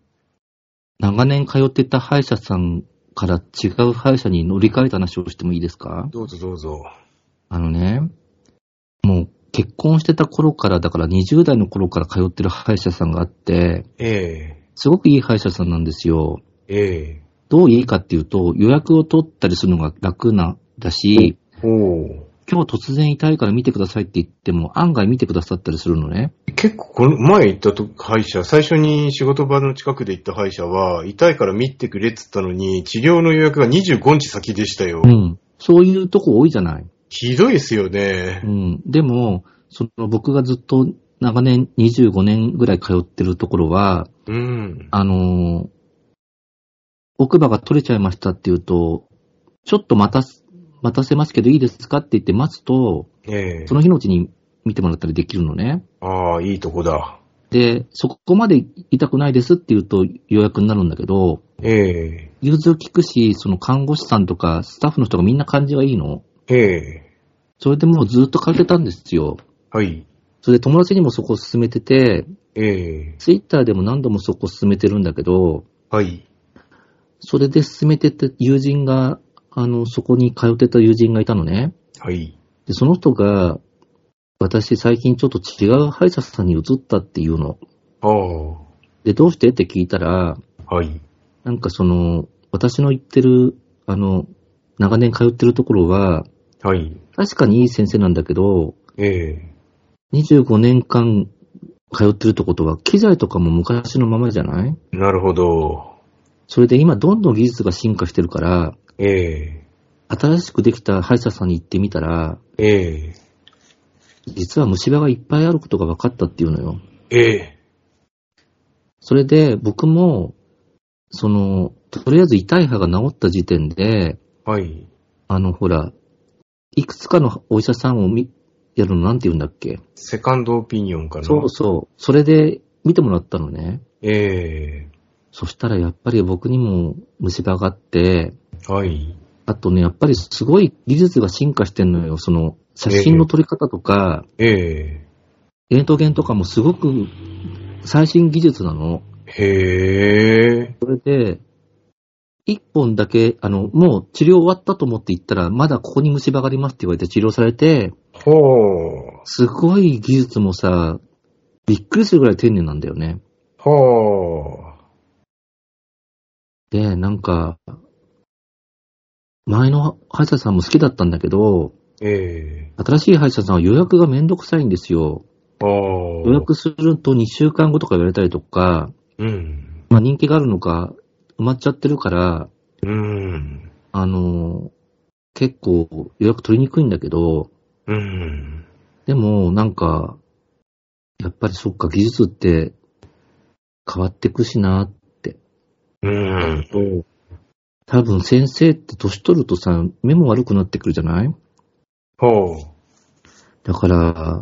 S1: 長年通ってた歯医者さんから違う歯医者に乗り換えた話をしてもいいですか
S2: どうぞどうぞ。
S1: あのね、もう結婚してた頃から、だから20代の頃から通ってる歯医者さんがあって、
S2: え
S1: すごくいい歯医者さんなんですよ。
S2: ええ
S1: どういいかっていうと、予約を取ったりするのが楽な、だし、
S2: えお
S1: 今日突然痛いから見てくださいって言っても、案外見てくださったりするのね。
S2: 結構この前行ったと歯医者、最初に仕事場の近くで行った歯医者は、痛いから見てくれって言ったのに、治療の予約が25日先でしたよ。
S1: うん。そういうとこ多いじゃない。
S2: ひどいですよ
S1: う
S2: ね。
S1: ん。でも、その僕がずっと長年25年ぐらい通ってるところは、
S2: うん。
S1: あのー奥歯が取れちゃいましたっていうと、ちょっと待たす、待たせますけどいいですかって言って待つと、
S2: ええ
S1: その日のうちに見てもらったりできるのね。
S2: ああ、いいとこだ。
S1: で、そこまで痛くないですって言うと予約になるんだけど、
S2: ええ
S1: 融通聞くし、その看護師さんとかスタッフの人がみんな感じがいいの。
S2: ええ
S1: それでもうずっと通ってたんですよ。
S2: はい。
S1: それで友達にもそこを勧めてて、
S2: ええ
S1: ツイッターでも何度もそこを勧めてるんだけど、
S2: はい。
S1: それで勧めてた友人が、あの、そこに通ってた友人がいたのね。
S2: はい。
S1: で、その人が、私最近ちょっと違う歯医者さんに移ったっていうの。
S2: ああ、
S1: で、どうしてって聞いたら、
S2: はい。
S1: なんかその、私の言ってる、あの、長年通ってるところは、
S2: はい。
S1: 確かにいい先生なんだけど、
S2: ええ
S1: 25年間通ってるってことは、機材とかも昔のままじゃない
S2: なるほど。
S1: それで今どんどん技術が進化してるから、
S2: え
S1: 新しくできた歯医者さんに行ってみたら、
S2: ええ
S1: 実は虫歯がいっぱいあることが分かったっていうのよ。
S2: えええ
S1: それで僕も、その、とりあえず痛い歯が治った時点で、
S2: はい。
S1: あの、ほら、いくつかのお医者さんを見、やるのなんて言うんだっけ
S2: セカンドオピニオンかな。
S1: そうそう。それで見てもらったのね。
S2: え
S1: そしたらやっぱり僕にも虫歯があって、
S2: えはい。
S1: あとね、やっぱりすごい技術が進化してんのよ。その、写真の撮り方とか、
S2: え
S1: レントゲンとかもすごく最新技術なの。
S2: えへえ。
S1: それで、一本だけ、あの、もう治療終わったと思って行ったら、まだここに虫歯がありますって言われて治療されて、
S2: ほう。
S1: すごい技術もさ、びっくりするぐらい丁寧なんだよね。
S2: ほう。
S1: で、なんか、前の歯医者さんも好きだったんだけど、
S2: ええ
S1: 新しい歯医者さんは予約がめんどくさいんですよ。
S2: ほう。
S1: 予約すると2週間後とか言われたりとか、
S2: うん。
S1: まあ人気があるのか、埋まっちゃってるから、
S2: うん。
S1: あの、結構予約取りにくいんだけど、
S2: うん。
S1: でもなんか、やっぱりそっか、技術って変わってくしな
S2: うん。
S1: 多分先生って年取るとさ、目も悪くなってくるじゃない
S2: ほう。
S1: だから、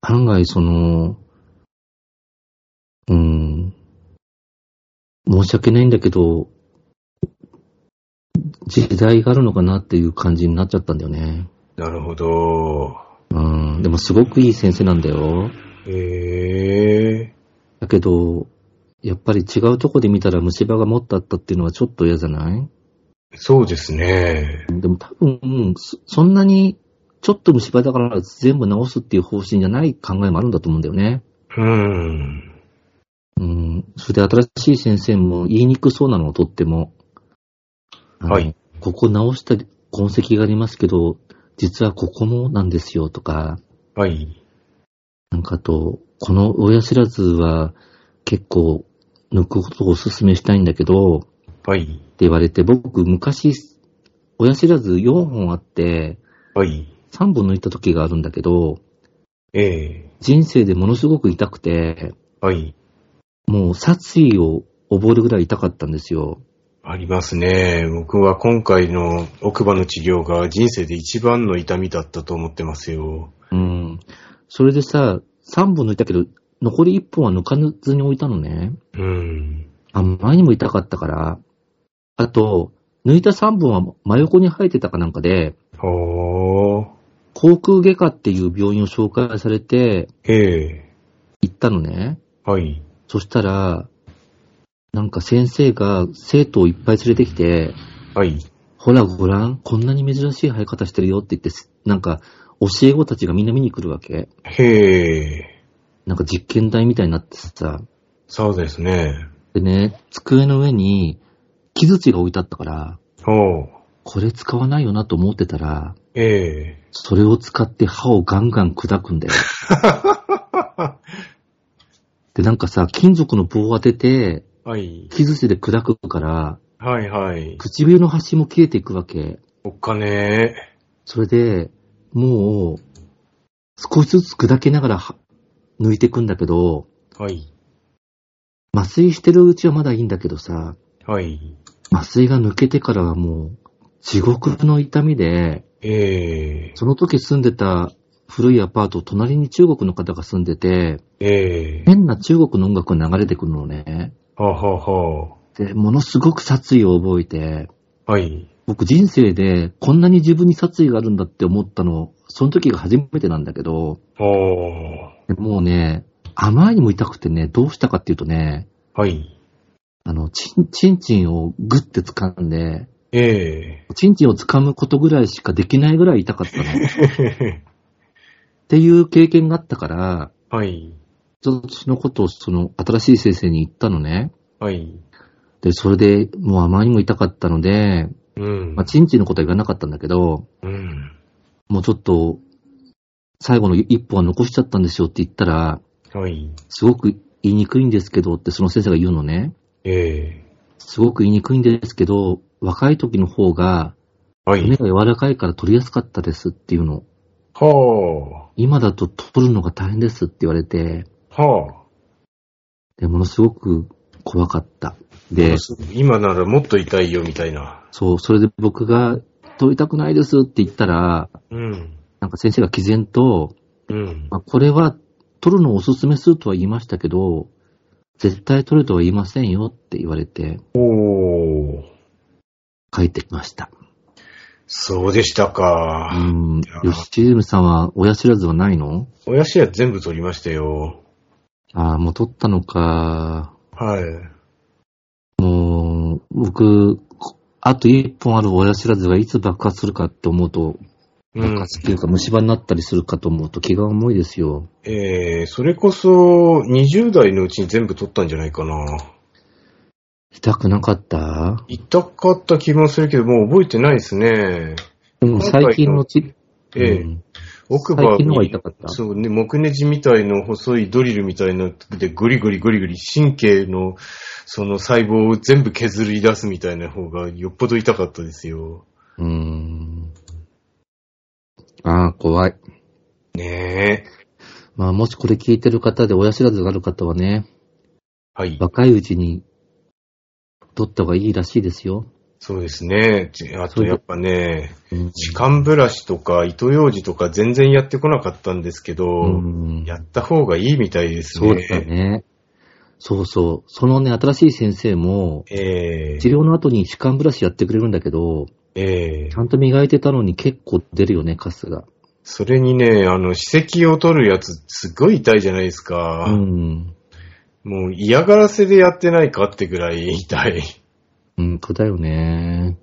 S1: 案外その、うん、申し訳ないんだけど、時代があるのかなっていう感じになっちゃったんだよね。
S2: なるほど。
S1: うん、でもすごくいい先生なんだよ。
S2: ええ
S1: だけど、やっぱり違うとこで見たら虫歯がもっとあったっていうのはちょっと嫌じゃない
S2: そうですね。
S1: でも多分、そそんなに、ちょっと虫歯だから全部治すっていう方針じゃない考えもあるんだと思うんだよね。
S2: うん。
S1: うん。それで新しい先生も言いにくそうなのをとっても。あの
S2: はい。
S1: ここ直した痕跡がありますけど、実はここもなんですよとか、
S2: はい。
S1: なんかあと、この親知らずは結構抜くことをお勧めしたいんだけど、って
S2: はい。
S1: 言われて、僕昔、親知らず4本あって、
S2: はい。
S1: 3本抜いた時があるんだけど、
S2: ええ
S1: 人生でものすごく痛くて、
S2: はい。
S1: もう殺意を覚えるぐらい痛かったんですよ。
S2: ありますね。僕は今回の奥歯の治療が人生で一番の痛みだったと思ってますよ。
S1: うん。それでさ、3本抜いたけど、残り1本は抜かずに置いたのね。
S2: うん。
S1: あまりにも痛かったから。あと、抜いた3本は真横に生えてたかなんかで、
S2: ほー。
S1: 航空外科っていう病院を紹介されて
S2: ええ
S1: 行ったのね。
S2: はい。
S1: そしたら、なんか先生が生徒をいっぱい連れてきて、
S2: はい。
S1: ほらご覧、こんなに珍しい生え方してるよって言って、なんか教え子たちがみんな見に来るわけ。
S2: へえ。
S1: なんか実験台みたいになってさ、
S2: そうですね。
S1: でね、机の上に木槌が置いてあったから、
S2: ほう。
S1: これ使わないよなと思ってたら、
S2: ええ
S1: それを使って歯をガンガン砕くんだよ。で、なんかさ、金属の棒を当てて、
S2: はい。
S1: 木槌で砕くから、
S2: はいはい。
S1: 唇の端も切れていくわけ。
S2: お金。
S1: それで、もう、少しずつ砕けながらは抜いていくんだけど、
S2: はい。
S1: 麻酔してるうちはまだいいんだけどさ、
S2: はい。
S1: 麻酔が抜けてからはもう、地獄の痛みで、
S2: ええ
S1: その時住んでた古いアパート、隣に中国の方が住んでて、
S2: ええ
S1: 変な中国の音楽が流れてくるのね。
S2: はあはあは
S1: で、ものすごく殺意を覚えて、
S2: あ。はい。
S1: 僕人生でこんなに自分に殺意があるんだって思ったの、その時が初めてなんだけど、
S2: ほう。
S1: もうね、あまりにも痛くてね、どうしたかっていうとね、
S2: はい。
S1: あの、ちん、ちんちんをグッて掴んで、
S2: え
S1: ちんちんを掴むことぐらいしかできないぐらい痛かったの。っ
S2: え
S1: ていう経験があったから、
S2: はい。
S1: ちょっとそのことをその新しい先生に言ったのね。
S2: はい。
S1: で、それでもうあまりにも痛かったので、
S2: うん
S1: まあ、。チンチンのことは言わなかったんだけど、
S2: うん。
S1: もうちょっと、最後の一本は残しちゃったんですよって言ったら、
S2: はい。
S1: すごく言いにくいんですけどってその先生が言うのね。
S2: え
S1: すごく言いにくいんですけど、若い時の方が、
S2: えは
S1: 目
S2: い。
S1: が柔らかいから取りやすかったですっていうの。
S2: は
S1: 今だと取るのが大変ですって言われて、
S2: あ。はあ。
S1: で、ものすごく怖かった。で、
S2: 今ならもっと痛いよみたいな。
S1: そう、それで僕が、取りたくないですって言ったら、
S2: うん。
S1: なんか先生が毅然と、
S2: うん。
S1: まあ、これは取るのをおすすめするとは言いましたけど、絶対取るとは言いませんよって言われて
S2: おー。
S1: 帰ってきました。
S2: そうでした
S1: う
S2: か。
S1: ん。吉住さんは親知らずはないの
S2: 親しや全部取りましたよ。
S1: ああ、もう取ったのか。
S2: はい。
S1: もう、僕、こあと一本ある親知らずがいつ爆発するかって思うと、
S2: う
S1: 爆
S2: ん。
S1: 発っていうか虫歯になったりするかと思うと気が重いですよ。
S2: えー、それこそ、20代のうちに全部取ったんじゃないかな。
S1: 痛くなかった
S2: 痛かった気もするけど、もう覚えてないですね。
S1: でも最近のち、
S2: ええ
S1: うん
S2: 奥
S1: 最
S2: 歯
S1: 近のが
S2: に
S1: 痛、かった。
S2: そうね、木ネジみたいの細いドリルみたいので、グリグリグリグリ神経の、その細胞を全部削り出すみたいな方がよっぽど痛かったですよ。
S1: うーん。ああ、怖い。
S2: ねえ。
S1: まあ、もしこれ聞いてる方で親知らずがある方はね、
S2: はい。
S1: 若いうちに取った方がいいらしいですよ。
S2: そうですね。ちあとやっぱね、
S1: うん
S2: 歯間ブラシとか糸ようじとか全然やってこなかったんですけど、
S1: うん
S2: やった方がいいみたいですね。
S1: そうだね。そうそう。そのね、新しい先生も、
S2: ええ
S1: 治療の後に歯間ブラシやってくれるんだけど、
S2: ええ
S1: ちゃんと磨いてたのに結構出るよね、カスが。
S2: それにね、あの、歯石を取るやつ、すごい痛いじゃないですか。
S1: うん。
S2: もう嫌がらせでやってないかってぐらい
S1: <laughs>
S2: 痛い。
S1: うん、そうだよね。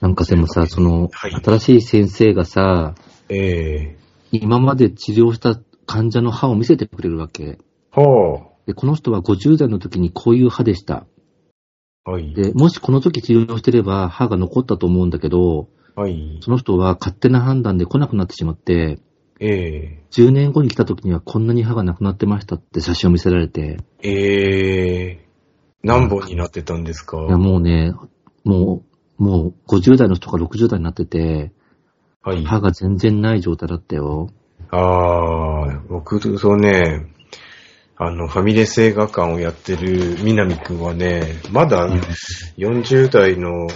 S1: なんかでもさ、その、
S2: はい
S1: 新しい先生がさ、
S2: ええ
S1: 今まで治療した患者の歯を見せてくれるわけ。
S2: は
S1: で、この人は50代の時にこういう歯でした。
S2: あ。はい。
S1: で、もしこの時治療してれば歯が残ったと思うんだけど、
S2: はい。
S1: その人は勝手な判断で来なくなってしまって、
S2: ええ
S1: 10年後に来た時にはこんなに歯がなくなってましたって写真を見せられて、
S2: ええ何本になってたんですか
S1: いやもうね、もう、もう50代の人が60代になってて、
S2: はい。
S1: 歯が全然ない状態だったよ。
S2: ああ、僕、そうね、あの、ファミレス映画館をやってる南くんはね、まだ40代の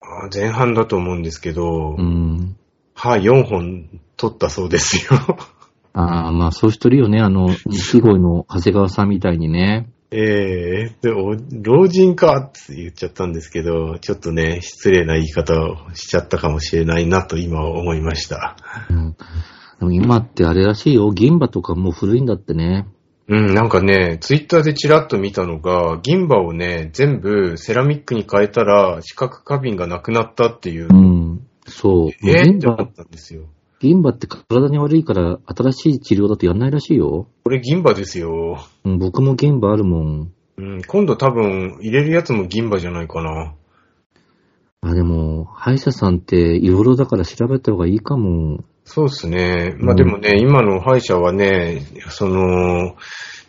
S2: あ前半だと思うんですけど、
S1: うん。
S2: 歯4本取ったそうですよ。 <laughs>
S1: ああ、まあそうしてるよね、あ <laughs> の、錦鯉の長谷川さんみたいにね。
S2: ええでお老人かって言っちゃったんですけど、ちょっとね、失礼な言い方をしちゃったかもしれないなと今は思いました。
S1: うんでも今ってあれらしいよ、銀歯とかもう古いんだってね。
S2: うん、なんかね、ツイッターでチラッと見たのが、銀歯をね、全部セラミックに変えたら、四角花瓶がなくなったっていう、
S1: うん。そう。
S2: ええ
S1: 銀
S2: って思
S1: 歯
S2: っ、たんですよ。
S1: 銀歯って体に悪いから新しい治療だとやんないらしいよ。
S2: これ銀歯ですよ。
S1: うん、僕も銀歯あるもん。
S2: うん、今度多分入れるやつも銀歯じゃないかな。
S1: あ、でも、歯医者さんっていろいろだから調べた方がいいかも。
S2: そうですね。ま
S1: う
S2: あ
S1: ん
S2: でもね、今の歯医者はね、その、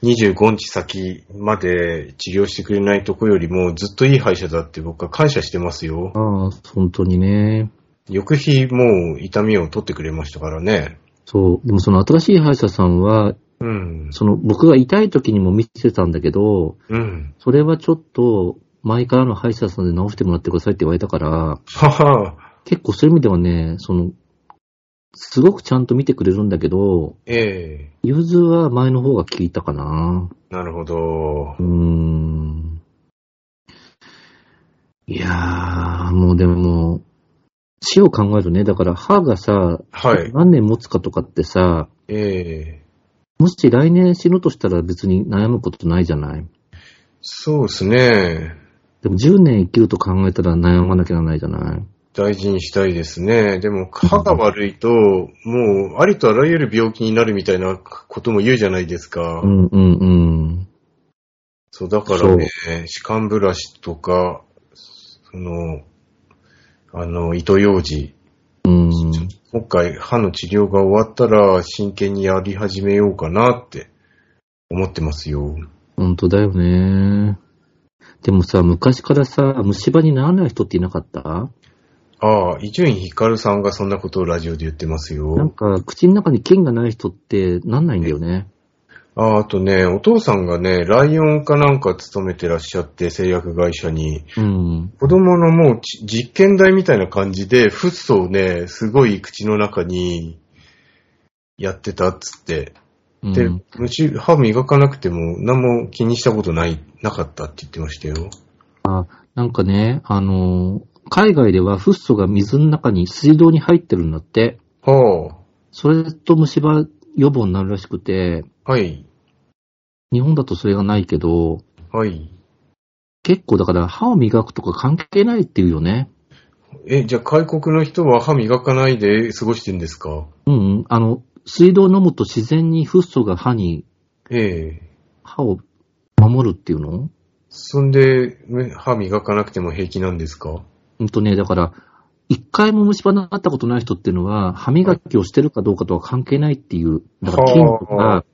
S2: 25日先まで治療してくれないとこよりもずっといい歯医者だって僕は感謝してますよ。
S1: ああ、本当にね。
S2: 翌日もう痛みを取ってくれましたからね。
S1: そう。でもその新しい歯医者さんは、
S2: うん。
S1: その僕が痛い時にも見てたんだけど、
S2: うん。
S1: それはちょっと前からの歯医者さんで直してもらってくださいって言われたから、
S2: はは。
S1: 結構そういう意味ではね、その、すごくちゃんと見てくれるんだけど、
S2: ええ
S1: 融通は前の方が効いたかな。
S2: なるほど
S1: う。ーん。いやー、もうでも、死を考えるね。だから歯がさ、
S2: はい。
S1: 何年持つかとかってさ、
S2: ええ
S1: もし来年死ぬとしたら別に悩むことないじゃない。
S2: そうですね。
S1: でも10年生きると考えたら悩まなきゃならないじゃない。
S2: 大事にしたいですね。でも、歯が悪いと、もう、ありとあらゆる病気になるみたいなことも言うじゃないですか。
S1: うんうんうん。
S2: そう、だからね、歯間ブラシとか、その、あの、糸ようじ。
S1: うん。
S2: 今回、歯の治療が終わったら、真剣にやり始めようかなって思ってますよ。
S1: 本当だよね。でもさ、昔からさ、虫歯にならない人っていなかった
S2: ああ、伊集院光さんがそんなことをラジオで言ってます
S1: なん
S2: よ。
S1: か、口の中に菌がない人ってなんないんだよね。
S2: ああとね、お父さんがね、ライオンかなんか勤めてらっしゃって、製薬会社に、
S1: うん。
S2: 子供のもうち実験台みたいな感じで、フッ素をね、すごい口の中にやってたっつって。
S1: うん
S2: で、虫、歯磨かなくても何も気にしたことない、なかったって言ってましたよ。
S1: なんかね、あのー海外ではフッ素が水の中に、水道に入ってるんだって。
S2: は
S1: それと虫歯予防になるらしくて、
S2: あ、はい、
S1: 日本だとそれがないけど、
S2: はい。
S1: 結構だから歯を磨くとか関係ないっていうよね。
S2: え、じゃあ外国の人は歯磨かないで過ごしてんですか
S1: うんうん。あの、水道を飲むと自然にフッ素が歯に、
S2: ええ
S1: 歯を守るっていうの
S2: そんで、む歯磨かなくても平気なんですか
S1: うんとね、だから、一回も虫歯になったことない人っていうのは、歯磨きをしてるかどうかとは関係ないっていう、だから菌と
S2: は
S1: か、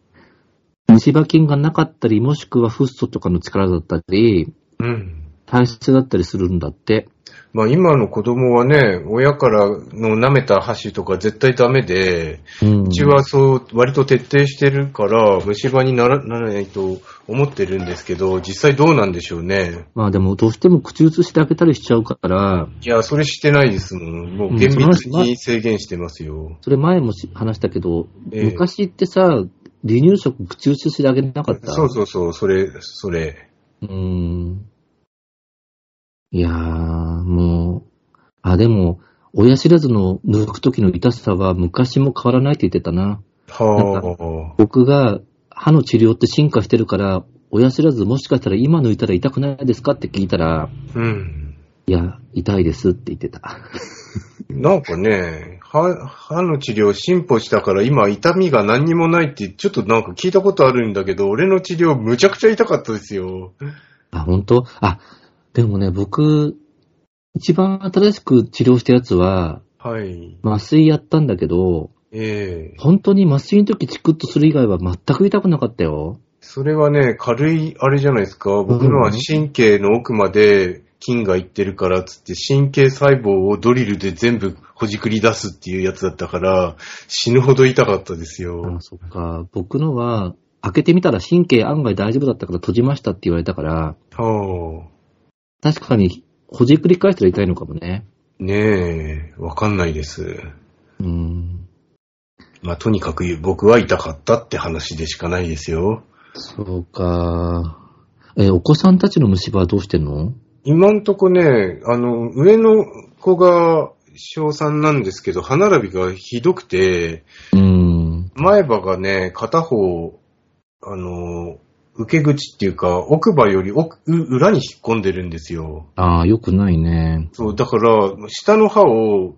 S1: 虫歯菌がなかったり、もしくはフッ素とかの力だったり、
S2: うん。
S1: 体質だったりするんだって。
S2: まあ今の子供はね、親からの舐めた箸とか絶対ダメで、
S1: うん
S2: うちはそう、割と徹底してるから、虫歯にならならないと思ってるんですけど、実際どうなんでしょうね。
S1: まあでも、どうしても口移してあげたりしちゃうから、
S2: いや、それしてないですもん。も
S1: う
S2: うん厳密に制限してますよ。
S1: それ前もし話したけど、
S2: ええ
S1: 昔ってさ、離乳食口移してあげなかった
S2: そうそうそう、それ、それ。
S1: うーん。いやー、もう、あ、でも、親知らずの抜く時の痛さは昔も変わらないって言ってたな。
S2: は
S1: 僕が歯の治療って進化してるから、親知らずもしかしたら今抜いたら痛くないですかって聞いたら、
S2: あ。うん。
S1: いや、痛いですって言ってた。
S2: なんかね、歯、歯の治療進歩したから今痛みが何にもないってちょっとなんか聞いたことあるんだけど、俺の治療むちゃくちゃ痛かったですよ。
S1: あ、本当あ、でもね、僕、一番新しく治療したやつは、
S2: はい。
S1: 麻酔やったんだけど、
S2: ええ
S1: 本当に麻酔の時チクッとする以外は全く痛くなかったよ。
S2: それはね、軽いあれじゃないですか。僕のは神経の奥まで菌がいってるからっつって、神経細胞をドリルで全部ほじくり出すっていうやつだったから、死ぬほど痛かったです
S1: あ
S2: よ。
S1: そっか。僕のは、開けてみたら神経案外大丈夫だったから閉じましたって言われたから、
S2: はあ。
S1: 確かに、ほじくり返したら痛いのかもね。
S2: ねえ、わかんないです。
S1: うん。
S2: まあ、とにかく僕は痛かったって話でしかないですよ。
S1: そうか。え、お子さんたちの虫歯はどうしてんの
S2: 今んとこね、あの、上の子が小3なんですけど、歯並びがひどくて、
S1: うん。
S2: 前歯がね、片方、あの、受け口っていうか、奥歯より奥、う裏に引っ込んでるんですよ。
S1: ああ、よくないね。
S2: そう、だから、下の歯を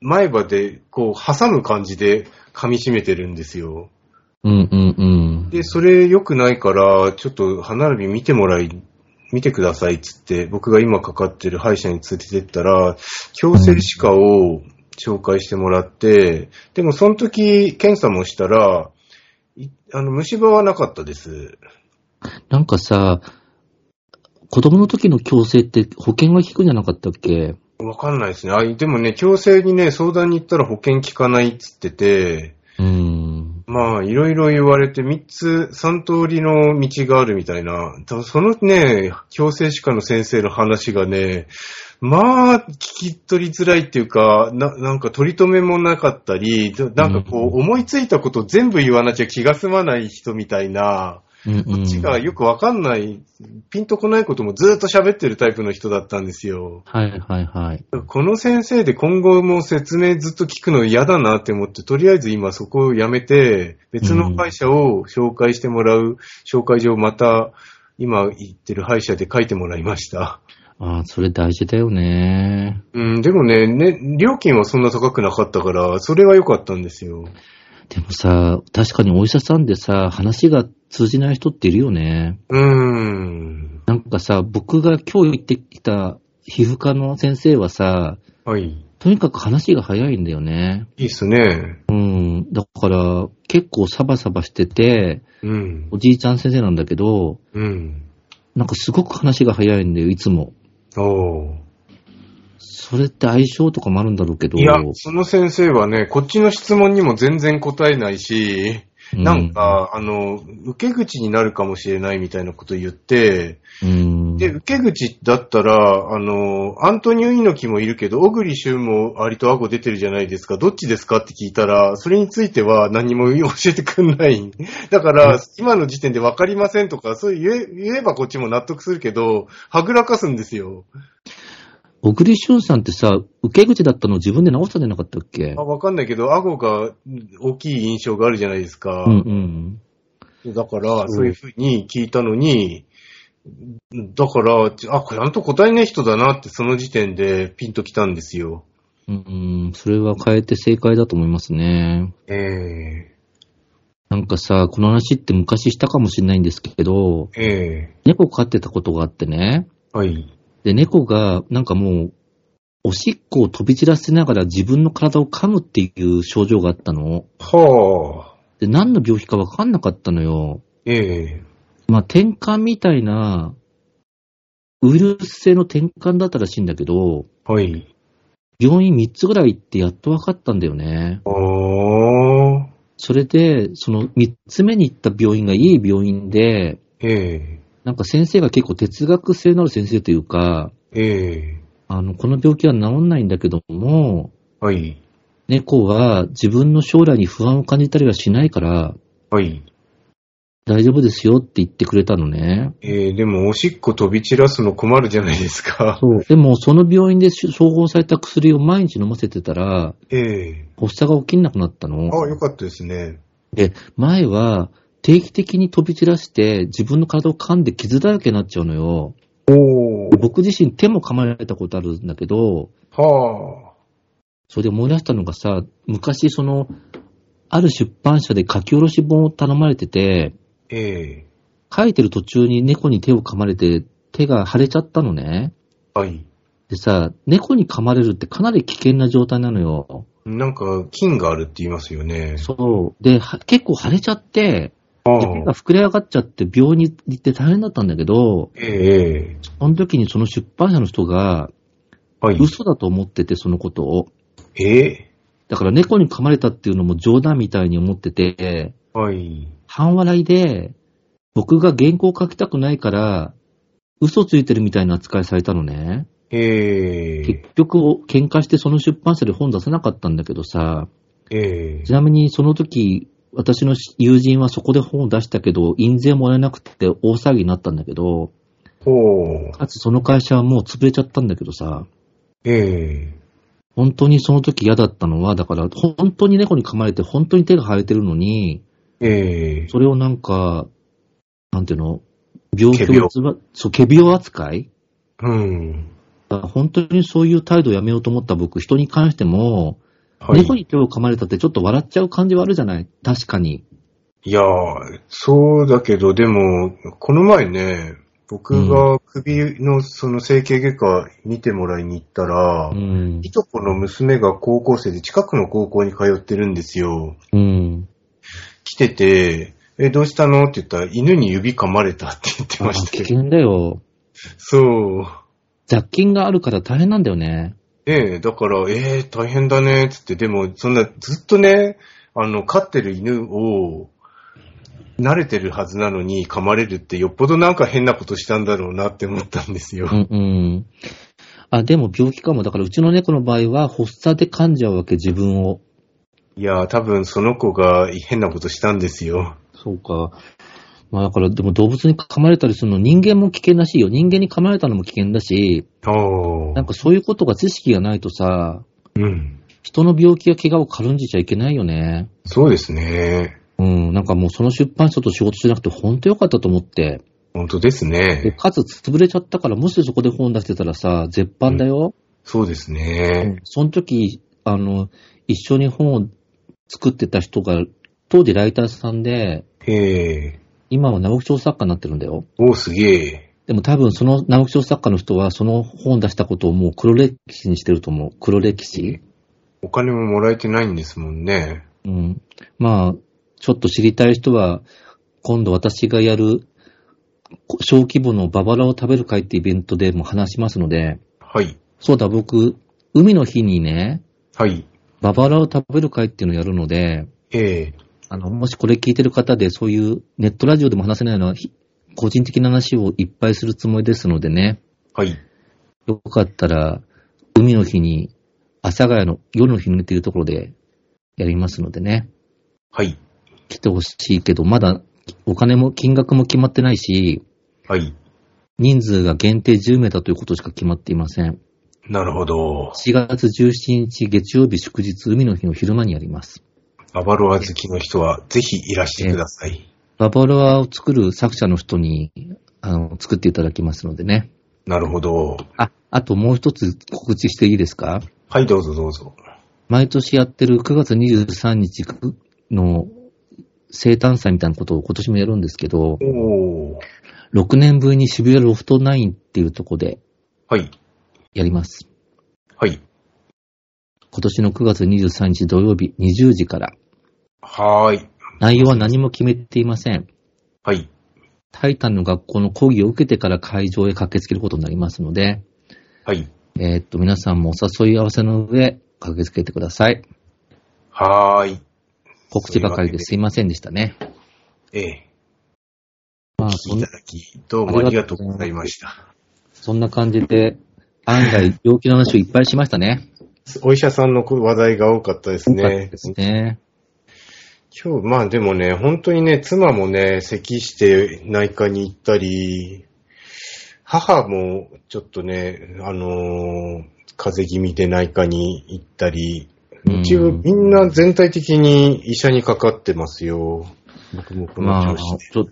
S2: 前歯でこう挟む感じで噛み締めてるんですよ。
S1: うんうんうん。
S2: で、それ良くないから、ちょっと歯並び見てもらい、見てくださいっつって、僕が今かかってる歯医者に連れてったら、矯正歯科を紹介してもらって、でもその時検査もしたら、いあの、虫歯はなかったです。
S1: なんかさ、子供の時の矯正って保険が効くんじゃなかったっけ
S2: わかんないですね。あ、でもね、矯正にね、相談に行ったら保険効かないっつってて、
S1: うん。
S2: まあ、いろいろ言われて、3つ、3通りの道があるみたいな。ただそのね、矯正歯科の先生の話がね、まあ、聞き取りづらいっていうか、な、なんか取り留めもなかったり、どなんかこう、思いついたこと全部言わなきゃ気が済まない人みたいな、
S1: うんうん、
S2: こっちがよくわかんない、ピンとこないこともずっと喋ってるタイプの人だったんですよ。
S1: はいはいはい。
S2: この先生で今後も説明ずっと聞くの嫌だなって思って、とりあえず今そこをやめて、別の歯医者を紹介してもらう、紹介状をまた、今行ってる歯医者で書いてもらいました。
S1: ああ、それ大事だよね。
S2: うん、でもねね、料金はそんな高くなかったから、それは良かったんですよ。
S1: でもさ、確かにお医者さんでさ、話が通じない人っているよね。
S2: うーん。
S1: なんかさ、僕が今日行ってきた皮膚科の先生はさ、
S2: はい。
S1: とにかく話が早いんだよね。
S2: いいっすね。
S1: うん。だから、結構サバサバしてて、
S2: うん。
S1: おじいちゃん先生なんだけど、
S2: うん。
S1: なんかすごく話が早いんだよ、いつも。
S2: おー
S1: それって相性とかもあるんだろうけど。
S2: いや、その先生はね、こっちの質問にも全然答えないし、
S1: うん
S2: なん、か、あの、受け口になるかもしれないみたいなこと言って、
S1: うん。
S2: で、受け口だったら、あの、アントニオ猪木もいるけど、小栗旬もアリとアゴ出てるじゃないですか、どっちですかって聞いたら、それについては何も教えてくんない。 <laughs> だから、今の時点で分かりませんとか、そういう言え言えばこっちも納得するけど、はぐらかすんですよ。
S1: 小栗旬さんってさ、受け口だったのを自分で直したんじゃなかったっけ
S2: あ分かんないけど、アゴが大きい印象があるじゃないですか。
S1: うんうん。
S2: だから、そういうふうに聞いたのに、だから、あ、これちゃんと答えない人だなって、その時点でピンときたんですよ。
S1: うん、うんそれは変えて正解だと思いますね。
S2: ええ
S1: なんかさ、この話って昔したかもしれないんですけど、
S2: ええ
S1: 猫飼ってたことがあってね。
S2: はい。
S1: で、猫が、なんかもう、おしっこを飛び散らせながら自分の体を噛むっていう症状があったの。
S2: はあ、
S1: で、何の病気かわかんなかったのよ。
S2: ええ
S1: まあ、転換みたいな、ウイルス性の転換だったらしいんだけど、
S2: はい。
S1: 病院3つぐらい行ってやっと分かったんだよね。
S2: ああ、
S1: それで、その3つ目に行った病院がいい病院で、
S2: ええ
S1: なんか先生が結構哲学性のある先生というか、
S2: ええ
S1: あの、この病気は治んないんだけども、
S2: はい、
S1: 猫は自分の将来に不安を感じたりはしないから、
S2: はい。
S1: 大丈夫ですよって言ってくれたのね。
S2: ええでも、おしっこ飛び散らすの困るじゃないですか。
S1: そう。でも、その病院で処方された薬を毎日飲ませてたら、
S2: <laughs> ええ
S1: 発作が起きなくなったの。
S2: あ、よかったですね。
S1: で、前は定期的に飛び散らして自分の体を噛んで傷だらけになっちゃうのよ。
S2: おー、
S1: 僕自身手も噛まれたことあるんだけど、
S2: はあ、
S1: それで思い出したのがさ、昔その、ある出版社で書き下ろし本を頼まれてて、
S2: ええ
S1: 書いてる途中に猫に手を噛まれて手が腫れちゃったのね。
S2: はい。
S1: でさ、猫に噛まれるってかなり危険な状態なのよ。
S2: なんか、菌があるって言いますよね。
S1: そう。で、は結構腫れちゃって、
S2: あ
S1: 手が膨れ上がっちゃって病院に行って大変だったんだけど、
S2: ええええ
S1: その時にその出版社の人が、
S2: はい。
S1: 嘘だと思ってて、そのことを。
S2: ええ
S1: だから猫に噛まれたっていうのも冗談みたいに思ってて、
S2: はい。
S1: 半笑いで、僕が原稿書きたくないから、嘘ついてるみたいな扱いされたのね。
S2: ええ
S1: 結局、喧嘩してその出版社で本出せなかったんだけどさ、
S2: ええ
S1: ちなみにその時、私の友人はそこで本を出したけど、印税もらえなくて大騒ぎになったんだけど、
S2: ほう。
S1: かつその会社はもう潰れちゃったんだけどさ、
S2: ええ
S1: 本当にその時嫌だったのは、だから本当に猫に噛まれて本当に手が腫れてるのに、
S2: ええ
S1: それをなんか、なんていうの、病気
S2: 仮
S1: を
S2: 病
S1: つば、そう、仮病扱い
S2: うん。
S1: 本当にそういう態度をやめようと思った僕、人に関しても、
S2: はい。
S1: 猫に手を噛まれたってちょっと笑っちゃう感じはあるじゃない確かに。
S2: いやー、そうだけど、でも、この前ね、僕が首のその整形外科見てもらいに行ったら、
S1: うん
S2: い。とこの娘が高校生で近くの高校に通ってるんですよ。
S1: うん。
S2: 来てて、え、どうしたのって言ったら、犬に指噛まれたって言って
S1: あ
S2: ました
S1: 危
S2: けど。
S1: 険だよ。
S2: そう。
S1: 雑菌があるから大変なんだよね。
S2: ええ、だから、ええ大変だね、つって、でも、そんな、ずっとね、あの、飼ってる犬を、慣れてるはずなのに噛まれるって、よっぽどなんか変なことしたんだろうなって思ったんですよ
S1: う。んうん。あ、でも病気かも。だからうちの猫の場合は発作で噛んじゃうわけ、自分を。
S2: いやー、多分その子が変なことしたんですよ。
S1: そうか。まあだから、でも動物に噛まれたりするの、人間も危険らしいよ。人間に噛まれたのも危険だし、
S2: お
S1: なんかそういうことが知識がないとさ、
S2: うん。
S1: 人の病気や怪我を軽んじちゃいけないよね。
S2: そうですね。
S1: うん、なんかもうその出版社と仕事しなくて本当良かったと思って。
S2: 本当です
S1: で、
S2: ね。
S1: かつ潰れちゃったから、もしそこで本出してたらさ、絶版だよ。
S2: そうですね。
S1: その時、あの、一緒に本を作ってた人が、当時ライターさんで、
S2: ええ
S1: 今は直木賞作家になってるんだよ。
S2: おー、すげえ。
S1: でも多分その直木賞作家の人はその本出したことをもう黒歴史にしてると思う。黒歴史
S2: お金ももらえてないんですもんね。
S1: うん。まあ、ちょっと知りたい人は、今度私がやるこ小規模のババラを食べる会ってイベントでも話しますので、
S2: はい。
S1: そうだ、僕、海の日にね、
S2: はい。
S1: ババラを食べる会っていうのをやるので、
S2: ええ
S1: あの、もしこれ聞いてる方で、そういうネットラジオでも話せないようなひ個人的な話をいっぱいするつもりですのでね、
S2: はい。
S1: よかったら、海の日に、阿佐ヶ谷の夜の日にっていうところでやりますのでね、
S2: はい。
S1: 来てほしいけど、まだお金も金額も決まってないし、
S2: はい。
S1: 人数が限定10名だということしか決まっていません。
S2: なるほど。
S1: 4月17日月曜日祝日海の日の昼間にやります。
S2: ババロア好きの人はぜひいらしてください。
S1: ババロアを作る作者の人に、あの、作っていただきますのでね。
S2: なるほど。
S1: あ、あともう一つ告知していいですか
S2: はい、どうぞどうぞ。
S1: 毎年やってる9月23日の生誕祭みたいなことを今年もやるんですけど、
S2: おー。
S1: 6年ぶりに渋谷ロフト9っていうとこで
S2: はい。
S1: やります。
S2: はい。
S1: 今年の9月23日土曜日20時から。
S2: はーい。
S1: 内容は何も決めていません。
S2: はい。
S1: タイタンの学校の講義を受けてから会場へ駆けつけることになりますので、
S2: はい。
S1: えーっと、皆さんもお誘い合わせの上、駆けつけてください。
S2: はーい。
S1: 告知ばかりですすいませんでしたね。
S2: ええ。
S1: まあ、
S2: 聞
S1: そ
S2: い
S1: ん
S2: ただき、どうもありがとうございました。
S1: そんな感じで、案外、病気の話をいっぱいしましたね。
S2: お医者さんの話題が多かったです
S1: よかった
S2: ね
S1: で。すね。
S2: 今日、まあでもね、本当にね、妻もね、咳して内科に行ったり、母もちょっとね、あのー風邪気味で内科に行ったり、
S1: うん
S2: うちはみんな全体的に医者にかかってますよ。僕もこの
S1: まあ、
S2: 調子で。
S1: ちょ、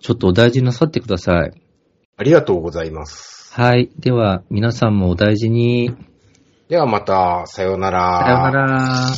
S1: ちょっとお大事になさってください。
S2: ありがとうございます。
S1: はい。では、皆さんもお大事に。
S2: ではまた、さようなら。
S1: さようなら。